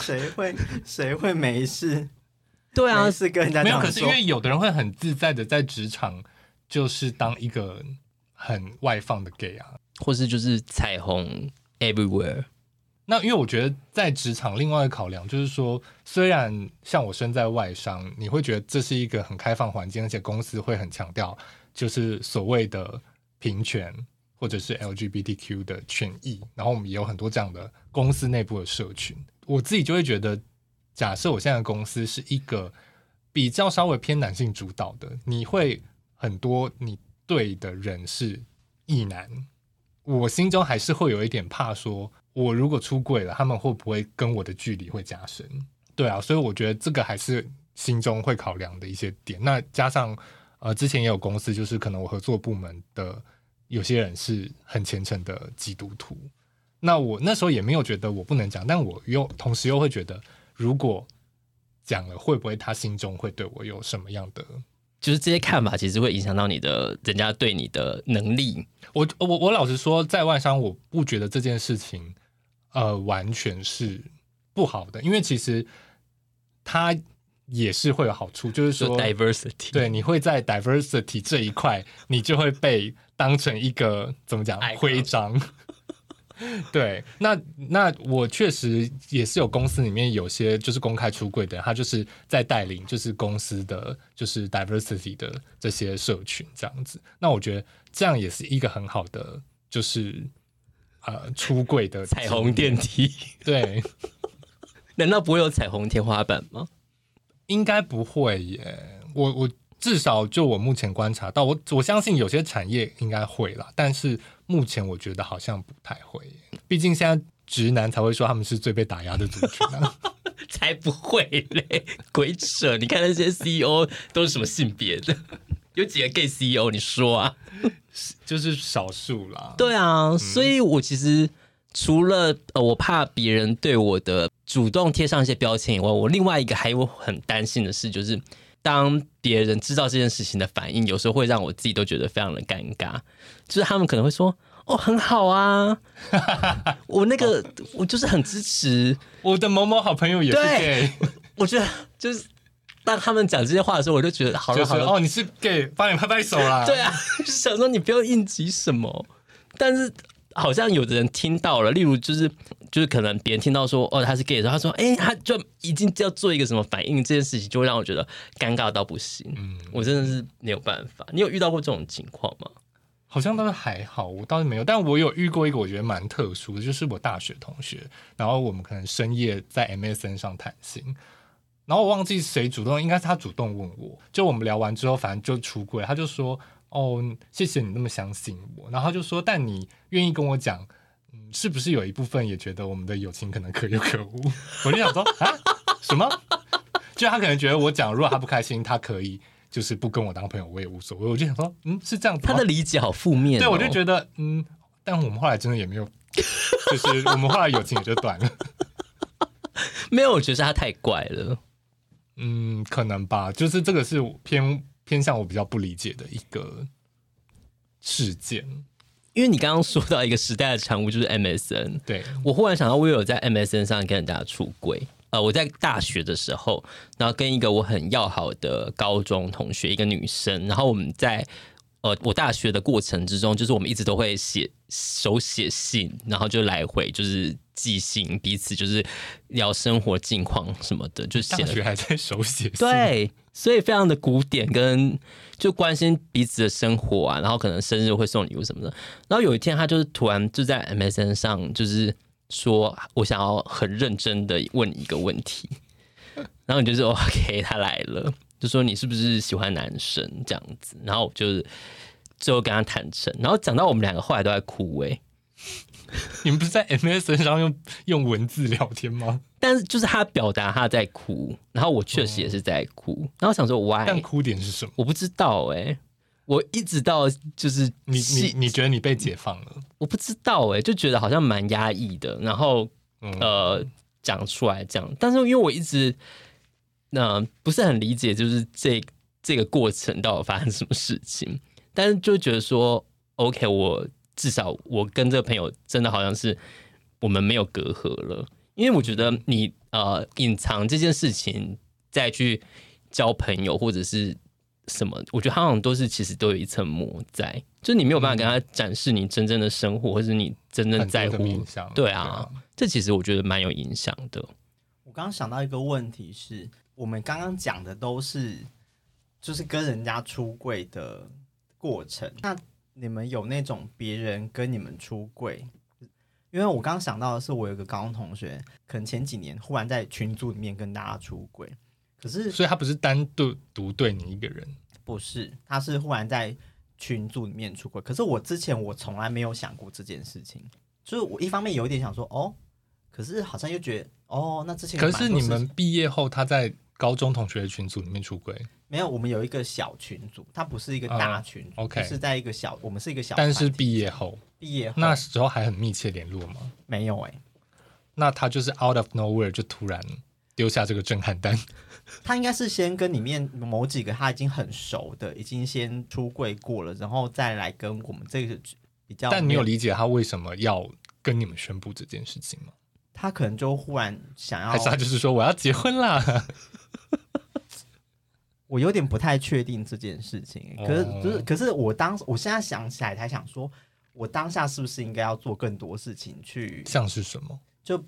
[SPEAKER 3] 谁会谁会没事？”
[SPEAKER 1] 对啊
[SPEAKER 3] 没，事跟人家
[SPEAKER 2] 没有，
[SPEAKER 3] 讲
[SPEAKER 2] 可是因
[SPEAKER 3] 说，
[SPEAKER 2] 为有的人会很自在的在职场，就是当一个很外放的 gay 啊。
[SPEAKER 1] 或是就是彩虹 everywhere。
[SPEAKER 2] 那因为我觉得在职场另外的考量就是说，虽然像我身在外商，你会觉得这是一个很开放环境，而且公司会很强调就是所谓的平权或者是 LGBTQ 的权益，然后我们也有很多这样的公司内部的社群。我自己就会觉得，假设我现在的公司是一个比较稍微偏男性主导的，你会很多你对的人是异男，我心中还是会有一点怕说我如果出柜了，他们会不会跟我的距离会加深？对啊，所以我觉得这个还是心中会考量的一些点。那加上呃，之前也有公司，就是可能我合作部门的有些人是很虔诚的基督徒，那我那时候也没有觉得我不能讲，但我又同时又会觉得，如果讲了，会不会他心中会对我有什么样的？
[SPEAKER 1] 就是这些看法其实会影响到你的人家对你的能力。
[SPEAKER 2] 我我我老实说，在外商我不觉得这件事情，呃，完全是不好的，因为其实它也是会有好处，就是
[SPEAKER 1] 就
[SPEAKER 2] 说，
[SPEAKER 1] diversity，
[SPEAKER 2] 对，你会在 diversity 这一块，你就会被当成一个怎么讲
[SPEAKER 1] Icon
[SPEAKER 2] 徽章。 对，那那我确实也是有公司里面有些就是公开出柜的人，他就是在带领就是公司的就是 diversity 的这些社群这样子。那我觉得这样也是一个很好的就是呃出柜的
[SPEAKER 1] 彩虹
[SPEAKER 2] 经
[SPEAKER 1] 电
[SPEAKER 2] 验，
[SPEAKER 1] 梯，
[SPEAKER 2] 对，
[SPEAKER 1] 难道不会有彩虹天花板吗？
[SPEAKER 2] 应该不会耶。我我至少就我目前观察到，我我相信有些产业应该会啦，但是目前我觉得好像不太会耶。毕竟现在直男才会说他们是最被打压的族群、啊。
[SPEAKER 1] 才不会嘞，鬼扯！你看那些 CEO 都是什么性别的？有几个 gay CEO？你说啊？
[SPEAKER 2] 就是少数啦。
[SPEAKER 1] 对啊，所以我其实除了呃，我怕别人对我的主动贴上一些标签以外，我另外一个还有很担心的事，就是当别人知道这件事情的反应，有时候会让我自己都觉得非常的尴尬，就是他们可能会说。哦，很好啊！ 我那个，我就是很支持，
[SPEAKER 2] 我的某某好朋友也是
[SPEAKER 1] 对
[SPEAKER 2] gay，
[SPEAKER 1] 我觉得就是当他们讲这些话的时候，我就觉得好
[SPEAKER 2] 就
[SPEAKER 1] 了
[SPEAKER 2] 是
[SPEAKER 1] 好了，
[SPEAKER 2] 哦，你是 gay，帮你拍拍手啦。
[SPEAKER 1] 对啊，就是想说你不要应急什么，但哦是好像有的人听到了，例如就是就是可能别人听到说哦他是 gay 的时候，他说哎、他就已经要做一个什么反应，这件事情就会让我觉得尴尬到不行。
[SPEAKER 2] 嗯，
[SPEAKER 1] 我真的是没有办法。你有遇到过这种情况吗？
[SPEAKER 2] 好像倒是还好，我倒是没有，但我有遇过一个我觉得蛮特殊的，就是我大学同学，然后我们可能深夜在 MSN 上谈心，然后我忘记谁主动，应该是他主动问我，就我们聊完之后，反正就出柜，他就说：“哦，谢谢你那么相信我。”然后他就说：“但你愿意跟我讲，嗯，是不是有一部分也觉得我们的友情可能可有可无？” 我就想说啊，什么？就他可能觉得我讲，如果他不开心，他可以就是不跟我当朋友，我也无所谓。我就想说，嗯，是这样子吗？
[SPEAKER 1] 他的理解好负面、哦，
[SPEAKER 2] 对，我就觉得，嗯，但我们后来真的也没有， 就是我们后来友情也就断了，
[SPEAKER 1] 没有，我觉得是他太怪了。
[SPEAKER 2] 嗯，可能吧，就是这个是偏偏向我比较不理解的一个事件，
[SPEAKER 1] 因为你刚刚说到一个时代的产物就是 MSN，
[SPEAKER 2] 对，
[SPEAKER 1] 我忽然想到，我有在 MSN 上跟人家出轨。呃，我在大学的时候，然后跟一个我很要好的高中同学，一个女生，然后我们在呃我大学的过程之中，就是我们一直都会写手写信，然后就来回就是寄信，彼此就是聊生活近况什么的，就
[SPEAKER 2] 大
[SPEAKER 1] 写得
[SPEAKER 2] 学还在手写信，
[SPEAKER 1] 对，所以非常的古典，跟就关心彼此的生活啊，然后可能生日会送礼物什么的。然后有一天，他就是突然就在 MSN 上，就是说我想要很认真的问你一个问题，然后你就是 OK，他来了，就说你是不是喜欢男生这样子，然后我就是最后跟他坦诚，然后讲到我们两个后来都在哭欸诶、
[SPEAKER 2] 你们不是在 MSN 上用用文字聊天吗？
[SPEAKER 1] 但是就是他表达他在哭，然后我确实也是在哭，然后想说 why？
[SPEAKER 2] 但哭点是什么？
[SPEAKER 1] 我不知道哎、我一直到就是
[SPEAKER 2] 你你
[SPEAKER 1] 细
[SPEAKER 2] 你觉得你被解放了？
[SPEAKER 1] 我不知道哎、就觉得好像蛮压抑的，然后
[SPEAKER 2] 嗯，
[SPEAKER 1] 呃讲出来这样，但是因为我一直那、呃不是很理解，就是这这个过程到底发生什么事情，但是就觉得说 OK，我至少我跟这个朋友真的好像是我们没有隔阂了，因为我觉得你呃隐藏这件事情再去交朋友或者是什么，我觉得他好像都是其实都有一层膜在，就是你没有办法跟他展示你真正的生活，或者是你真正
[SPEAKER 2] 很
[SPEAKER 1] 在
[SPEAKER 2] 多的
[SPEAKER 1] 乎
[SPEAKER 2] 面向，
[SPEAKER 1] 对啊，这其实我觉得蛮有影响的。
[SPEAKER 3] 我刚刚想到一个问题是，我们刚刚讲的都是就是跟人家出柜的过程。那你们有那种别人跟你们出柜？因为我刚刚想到的是，我有个高中同学，可能前几年忽然在群组里面跟大家出柜，可是
[SPEAKER 2] 所以他不是单独独对你一个人，
[SPEAKER 3] 不是，他是忽然在群组里面出轨。可是我之前我从来没有想过这件事情，就是我一方面有一点想说哦，可是好像又觉得哦，那之前有
[SPEAKER 2] 可
[SPEAKER 3] 蛮
[SPEAKER 2] 是
[SPEAKER 3] 多
[SPEAKER 2] 你
[SPEAKER 3] 事
[SPEAKER 2] 们
[SPEAKER 3] 情
[SPEAKER 2] 毕业后他在高中同学的群组里面出轨，
[SPEAKER 3] 没有，我们有一个小群组，它不是一个大群组、
[SPEAKER 2] 哦，OK
[SPEAKER 3] 就是在一个小，我们是一个小团
[SPEAKER 2] 但
[SPEAKER 3] 体，
[SPEAKER 2] 是毕业后
[SPEAKER 3] 毕业后
[SPEAKER 2] 那时候还很密切联络吗？
[SPEAKER 3] 没有哎、
[SPEAKER 2] 那他就是 out of nowhere 就突然丢下这个震撼弹。
[SPEAKER 3] 他应该是先跟里面某几个他已经很熟的，已经先出柜过了，然后再来跟我们这个比较。
[SPEAKER 2] 但你有理解他为什么要跟你们宣布这件事情吗？
[SPEAKER 3] 他可能就忽然想要
[SPEAKER 2] 还是，他就是说我要结婚啦？
[SPEAKER 3] 我有点不太确定这件事情。可是
[SPEAKER 2] 哦，
[SPEAKER 3] 就是，可是我当我现在想起来才想说，我当下是不是应该要做更多事情去
[SPEAKER 2] 像是什么？
[SPEAKER 3] 就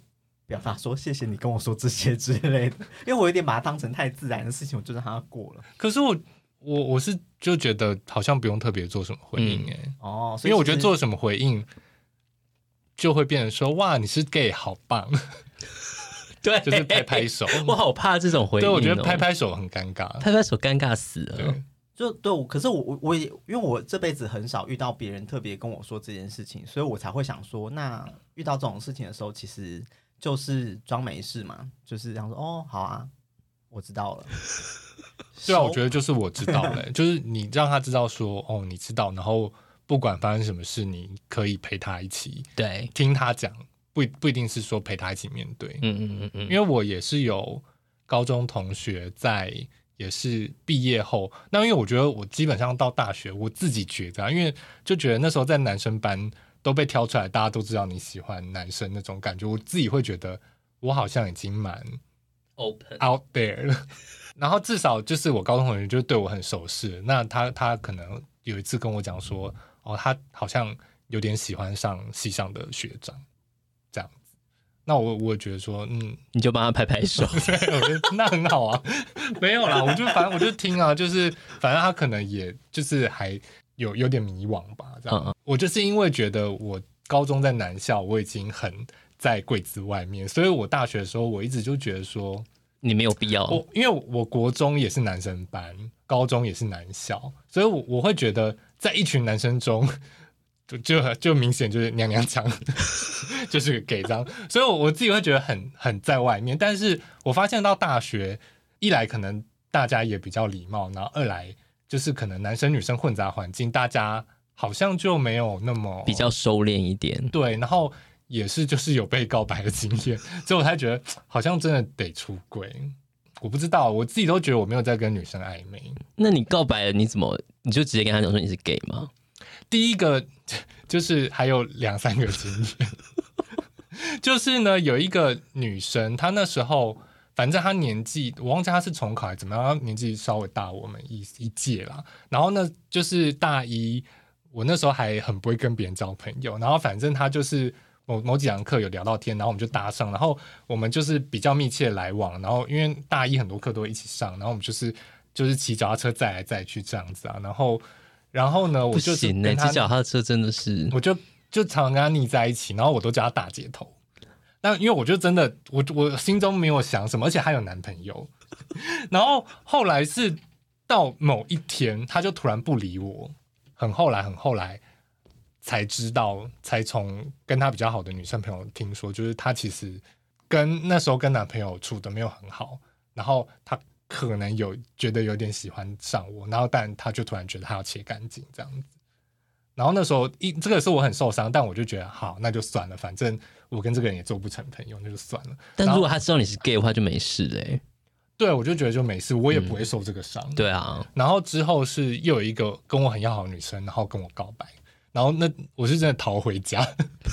[SPEAKER 3] 表达说谢谢你跟我说这些之类的？ 因为我有点把它当成太自然的事情，我就让它过了。
[SPEAKER 2] 可是我我我是就觉得好像不用特别做什么回应哎、
[SPEAKER 3] 哦，所
[SPEAKER 2] 因
[SPEAKER 3] 以
[SPEAKER 2] 为我觉
[SPEAKER 3] 其
[SPEAKER 2] 得
[SPEAKER 3] 实
[SPEAKER 2] 做什么回应就会变成说哇你是 gay 好棒，
[SPEAKER 1] 对，
[SPEAKER 2] 就是拍拍手。
[SPEAKER 1] 我好怕这种回应、
[SPEAKER 2] 对，
[SPEAKER 1] 哦。
[SPEAKER 2] 我觉得拍拍手很尴尬。
[SPEAKER 1] 拍拍手尴尬死了。
[SPEAKER 2] 对，
[SPEAKER 3] 就对我，可是我我我也因为我这辈子很少遇到别人特别跟我说这件事情，所以我才会想说，那遇到这种事情的时候，其实就是装没事嘛，就是这样说哦，好啊，我知道了。
[SPEAKER 2] 对啊，
[SPEAKER 3] 收
[SPEAKER 2] 我觉得就是我知道了欸、就是你让他知道说哦你知道，然后不管发生什么事，你可以陪他一起
[SPEAKER 1] 对，
[SPEAKER 2] 听他讲，不一不一定是说陪他一起面对。
[SPEAKER 1] 嗯嗯嗯
[SPEAKER 2] 因
[SPEAKER 1] 嗯，
[SPEAKER 2] 为我也是有高中同学在，也是毕业后，那因为我觉得我基本上到大学，我自己觉得、啊，因为就觉得那时候在男生班都被挑出来，大家都知道你喜欢男生那种感觉，我自己会觉得我好像已经蛮
[SPEAKER 1] open
[SPEAKER 2] out there 了。然后至少就是我高中同学就对我很熟识，那他他可能有一次跟我讲说，哦，他好像有点喜欢上系上的学长这样子。那我我也觉得说，嗯，
[SPEAKER 1] 你就帮他拍拍手。
[SPEAKER 2] 我觉得那很好啊，没有啦，我就反正我就听啊，就是反正他可能也就是还有有点迷惘吧，这样。
[SPEAKER 1] 嗯嗯
[SPEAKER 2] 我就是因为觉得我高中在南校，我已经很在柜子外面，所以我大学的时候，我一直就觉得说，
[SPEAKER 1] 你没有必要。
[SPEAKER 2] 我因为我国中也是男生班，高中也是男校，所以我我会觉得在一群男生中，就就就明显就是娘娘腔， 就是个 gay 脏，所以我我自己会觉得很很在外面。但是我发现到大学，一来可能大家也比较礼貌，然后二来就是可能男生女生混杂环境，大家好像就没有那么
[SPEAKER 1] 比较收敛一点，
[SPEAKER 2] 对，然后。也是，就是有被告白的经验，所以我才觉得好像真的得出轨。我不知道，我自己都觉得我没有在跟女生暧昧。
[SPEAKER 1] 那你告白了，你怎么你就直接跟他讲说你是 gay 吗？
[SPEAKER 2] 第一个就是还有两三个经验， 就是呢，有一个女生，她那时候反正她年纪，我忘记她是重考还是怎么样，她年纪稍微大我们一一届啦。然后呢，就是大一，我那时候还很不会跟别人交朋友，然后反正她就是。某某几堂课有聊到天，然后我们就搭上，然后我们就是比较密切来往，然后因为大一很多课都一起上，然后我们就是就是骑脚踏车载来载去这样子啊，然后然后呢，我
[SPEAKER 1] 不
[SPEAKER 2] 就是
[SPEAKER 1] 行呢、欸
[SPEAKER 2] 跟她
[SPEAKER 1] 骑脚踏车真的是
[SPEAKER 2] 我就就常常跟他腻在一起，然后我都叫他大姐头。那因为我就真的，我我心中没有想什么，而且她有男朋友。 然后后来是到某一天，她就突然不理我，很后来很后来才知道，才从跟她比较好的女生朋友听说，就是她其实跟那时候跟男朋友处的没有很好，然后她可能有觉得有点喜欢上我，然后但她就突然觉得她要切干净这样子。然后那时候一这个是我很受伤，但我就觉得好，那就算了，反正我跟这个人也做不成朋友，那就算了。
[SPEAKER 1] 但
[SPEAKER 2] 然
[SPEAKER 1] 如
[SPEAKER 2] 后
[SPEAKER 1] 果他知道你是 gay 的话，就没事嘞、
[SPEAKER 2] 对我就觉得就没事，我也不会受这个伤。
[SPEAKER 1] 对啊，
[SPEAKER 2] 然后之后是又有一个跟我很要好的女生，然后跟我告白，然后那我是真的逃回家，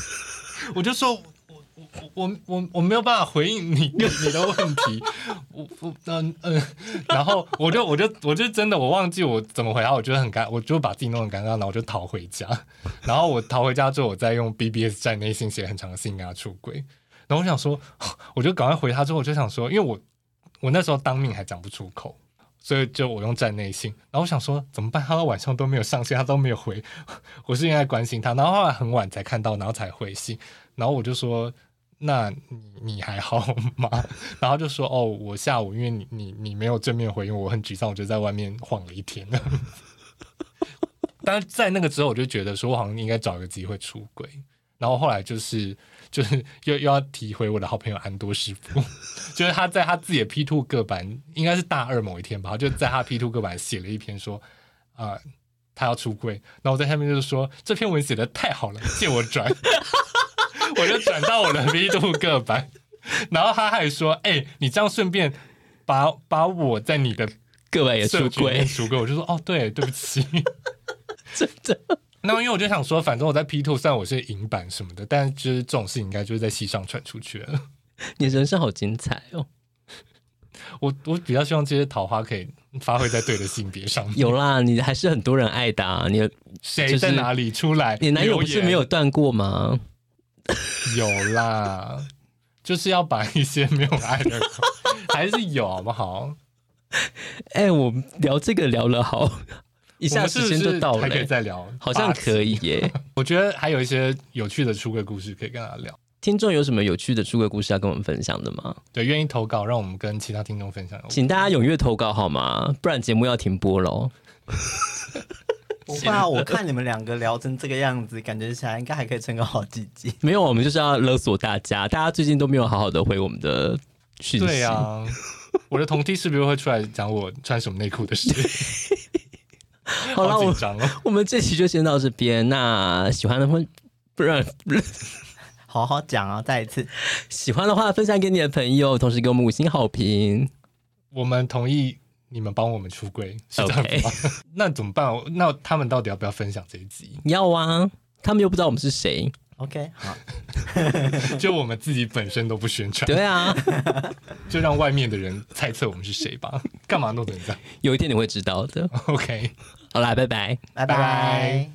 [SPEAKER 2] 我就说我我我我我没有办法回应你你你的问题， 我我嗯嗯，然后我就我就我就真的我忘记我怎么回答，我觉得很尴，我就把自己弄得很尴尬，然后我就逃回家， 然后我逃回家之后，我再用 BBS 在内心写很长的信跟他出轨，然后我想说， 我就赶快回他之后，我就想说，因为我我那时候当面还讲不出口。所以就我用站内信，然后我想说怎么办？他到晚上都没有上线，他都没有回， 我是应该关心他。然后后来很晚才看到，然后才回信，然后我就说：“那你你还好吗？” 然后就说：“哦，我下午因为你你你没有正面回应，我很沮丧，我就在外面晃了一天。” 但是在那个之后，我就觉得说我好像应该找个机会出轨。然后后来就是就是又又要提回我的好朋友安多师傅，就是他在他自己的 P two 个版，应该是大二某一天吧，他就在他 P two 个版写了一篇说，啊、他要出柜，然后我在下面就是说这篇文写的太好了，借我转，我就转到我的 P two 个版，然后他还说：“哎、你这样顺便把把我在你的
[SPEAKER 1] 各位也出
[SPEAKER 2] 社群里
[SPEAKER 1] 柜，
[SPEAKER 2] 面出柜。”我就说：“哦，对，对不起。
[SPEAKER 1] 真的。”
[SPEAKER 2] 那因为我就想说，反正我在 P two 虽然我是银版什么的，但就是这种事情应该就是在戏上传出去了。
[SPEAKER 1] 你人生好精彩哦！
[SPEAKER 2] 我我比较希望这些桃花可以发挥在对的性别上面。
[SPEAKER 1] 有啦，你还是很多人爱的、啊。你的
[SPEAKER 2] 谁
[SPEAKER 1] 就是
[SPEAKER 2] 在哪里出来？
[SPEAKER 1] 你男友不是没有断过吗？
[SPEAKER 2] 留言 有啦，就是要把一些没有爱的人还是有好不好？
[SPEAKER 1] 哎、我们聊这个聊了好，一
[SPEAKER 2] 一
[SPEAKER 1] 下时间就到了、欸
[SPEAKER 2] 还可以再聊，啊
[SPEAKER 1] 好像可以耶、
[SPEAKER 2] 我觉得还有一些有趣的出轨故事可以跟大家聊。
[SPEAKER 1] 听众有什么有趣的出轨故事要跟我们分享的吗？
[SPEAKER 2] 对，愿意投稿，让我们跟其他听众分享。
[SPEAKER 1] 请大家踊跃投稿好吗？不然节目要停播喽。
[SPEAKER 3] 不会啊，我看你们两个聊成这个样子，感觉起来应该还可以撑个好几集。
[SPEAKER 1] 没有，啊我们就是要勒索大家。大家最近都没有好好的回我们的讯息。
[SPEAKER 2] 对啊呀、我的同梯是不是会出来讲我穿什么内裤的事？
[SPEAKER 1] 好了，
[SPEAKER 2] 好紧
[SPEAKER 1] 我
[SPEAKER 2] 张哦。
[SPEAKER 1] 我们这期就先到这边。那喜欢的话，不然
[SPEAKER 3] 好好讲啊，再一次，
[SPEAKER 1] 喜欢的话分享给你的朋友，同时给我们五星好评。
[SPEAKER 2] 我们同意你们帮我们出柜，是这样子吗 那怎么办？那他们到底要不要分享这 一集？
[SPEAKER 1] 要啊，他们又不知道我们是谁。
[SPEAKER 3] OK，好，
[SPEAKER 2] 就我们自己本身都不宣传，
[SPEAKER 1] 对 啊，
[SPEAKER 2] 就让外面的人猜测我们是谁吧？干嘛弄成这样
[SPEAKER 1] 有一天你会知道的。
[SPEAKER 2] ？OK。
[SPEAKER 1] 好啦，拜拜。
[SPEAKER 3] 拜
[SPEAKER 2] 拜拜
[SPEAKER 3] 拜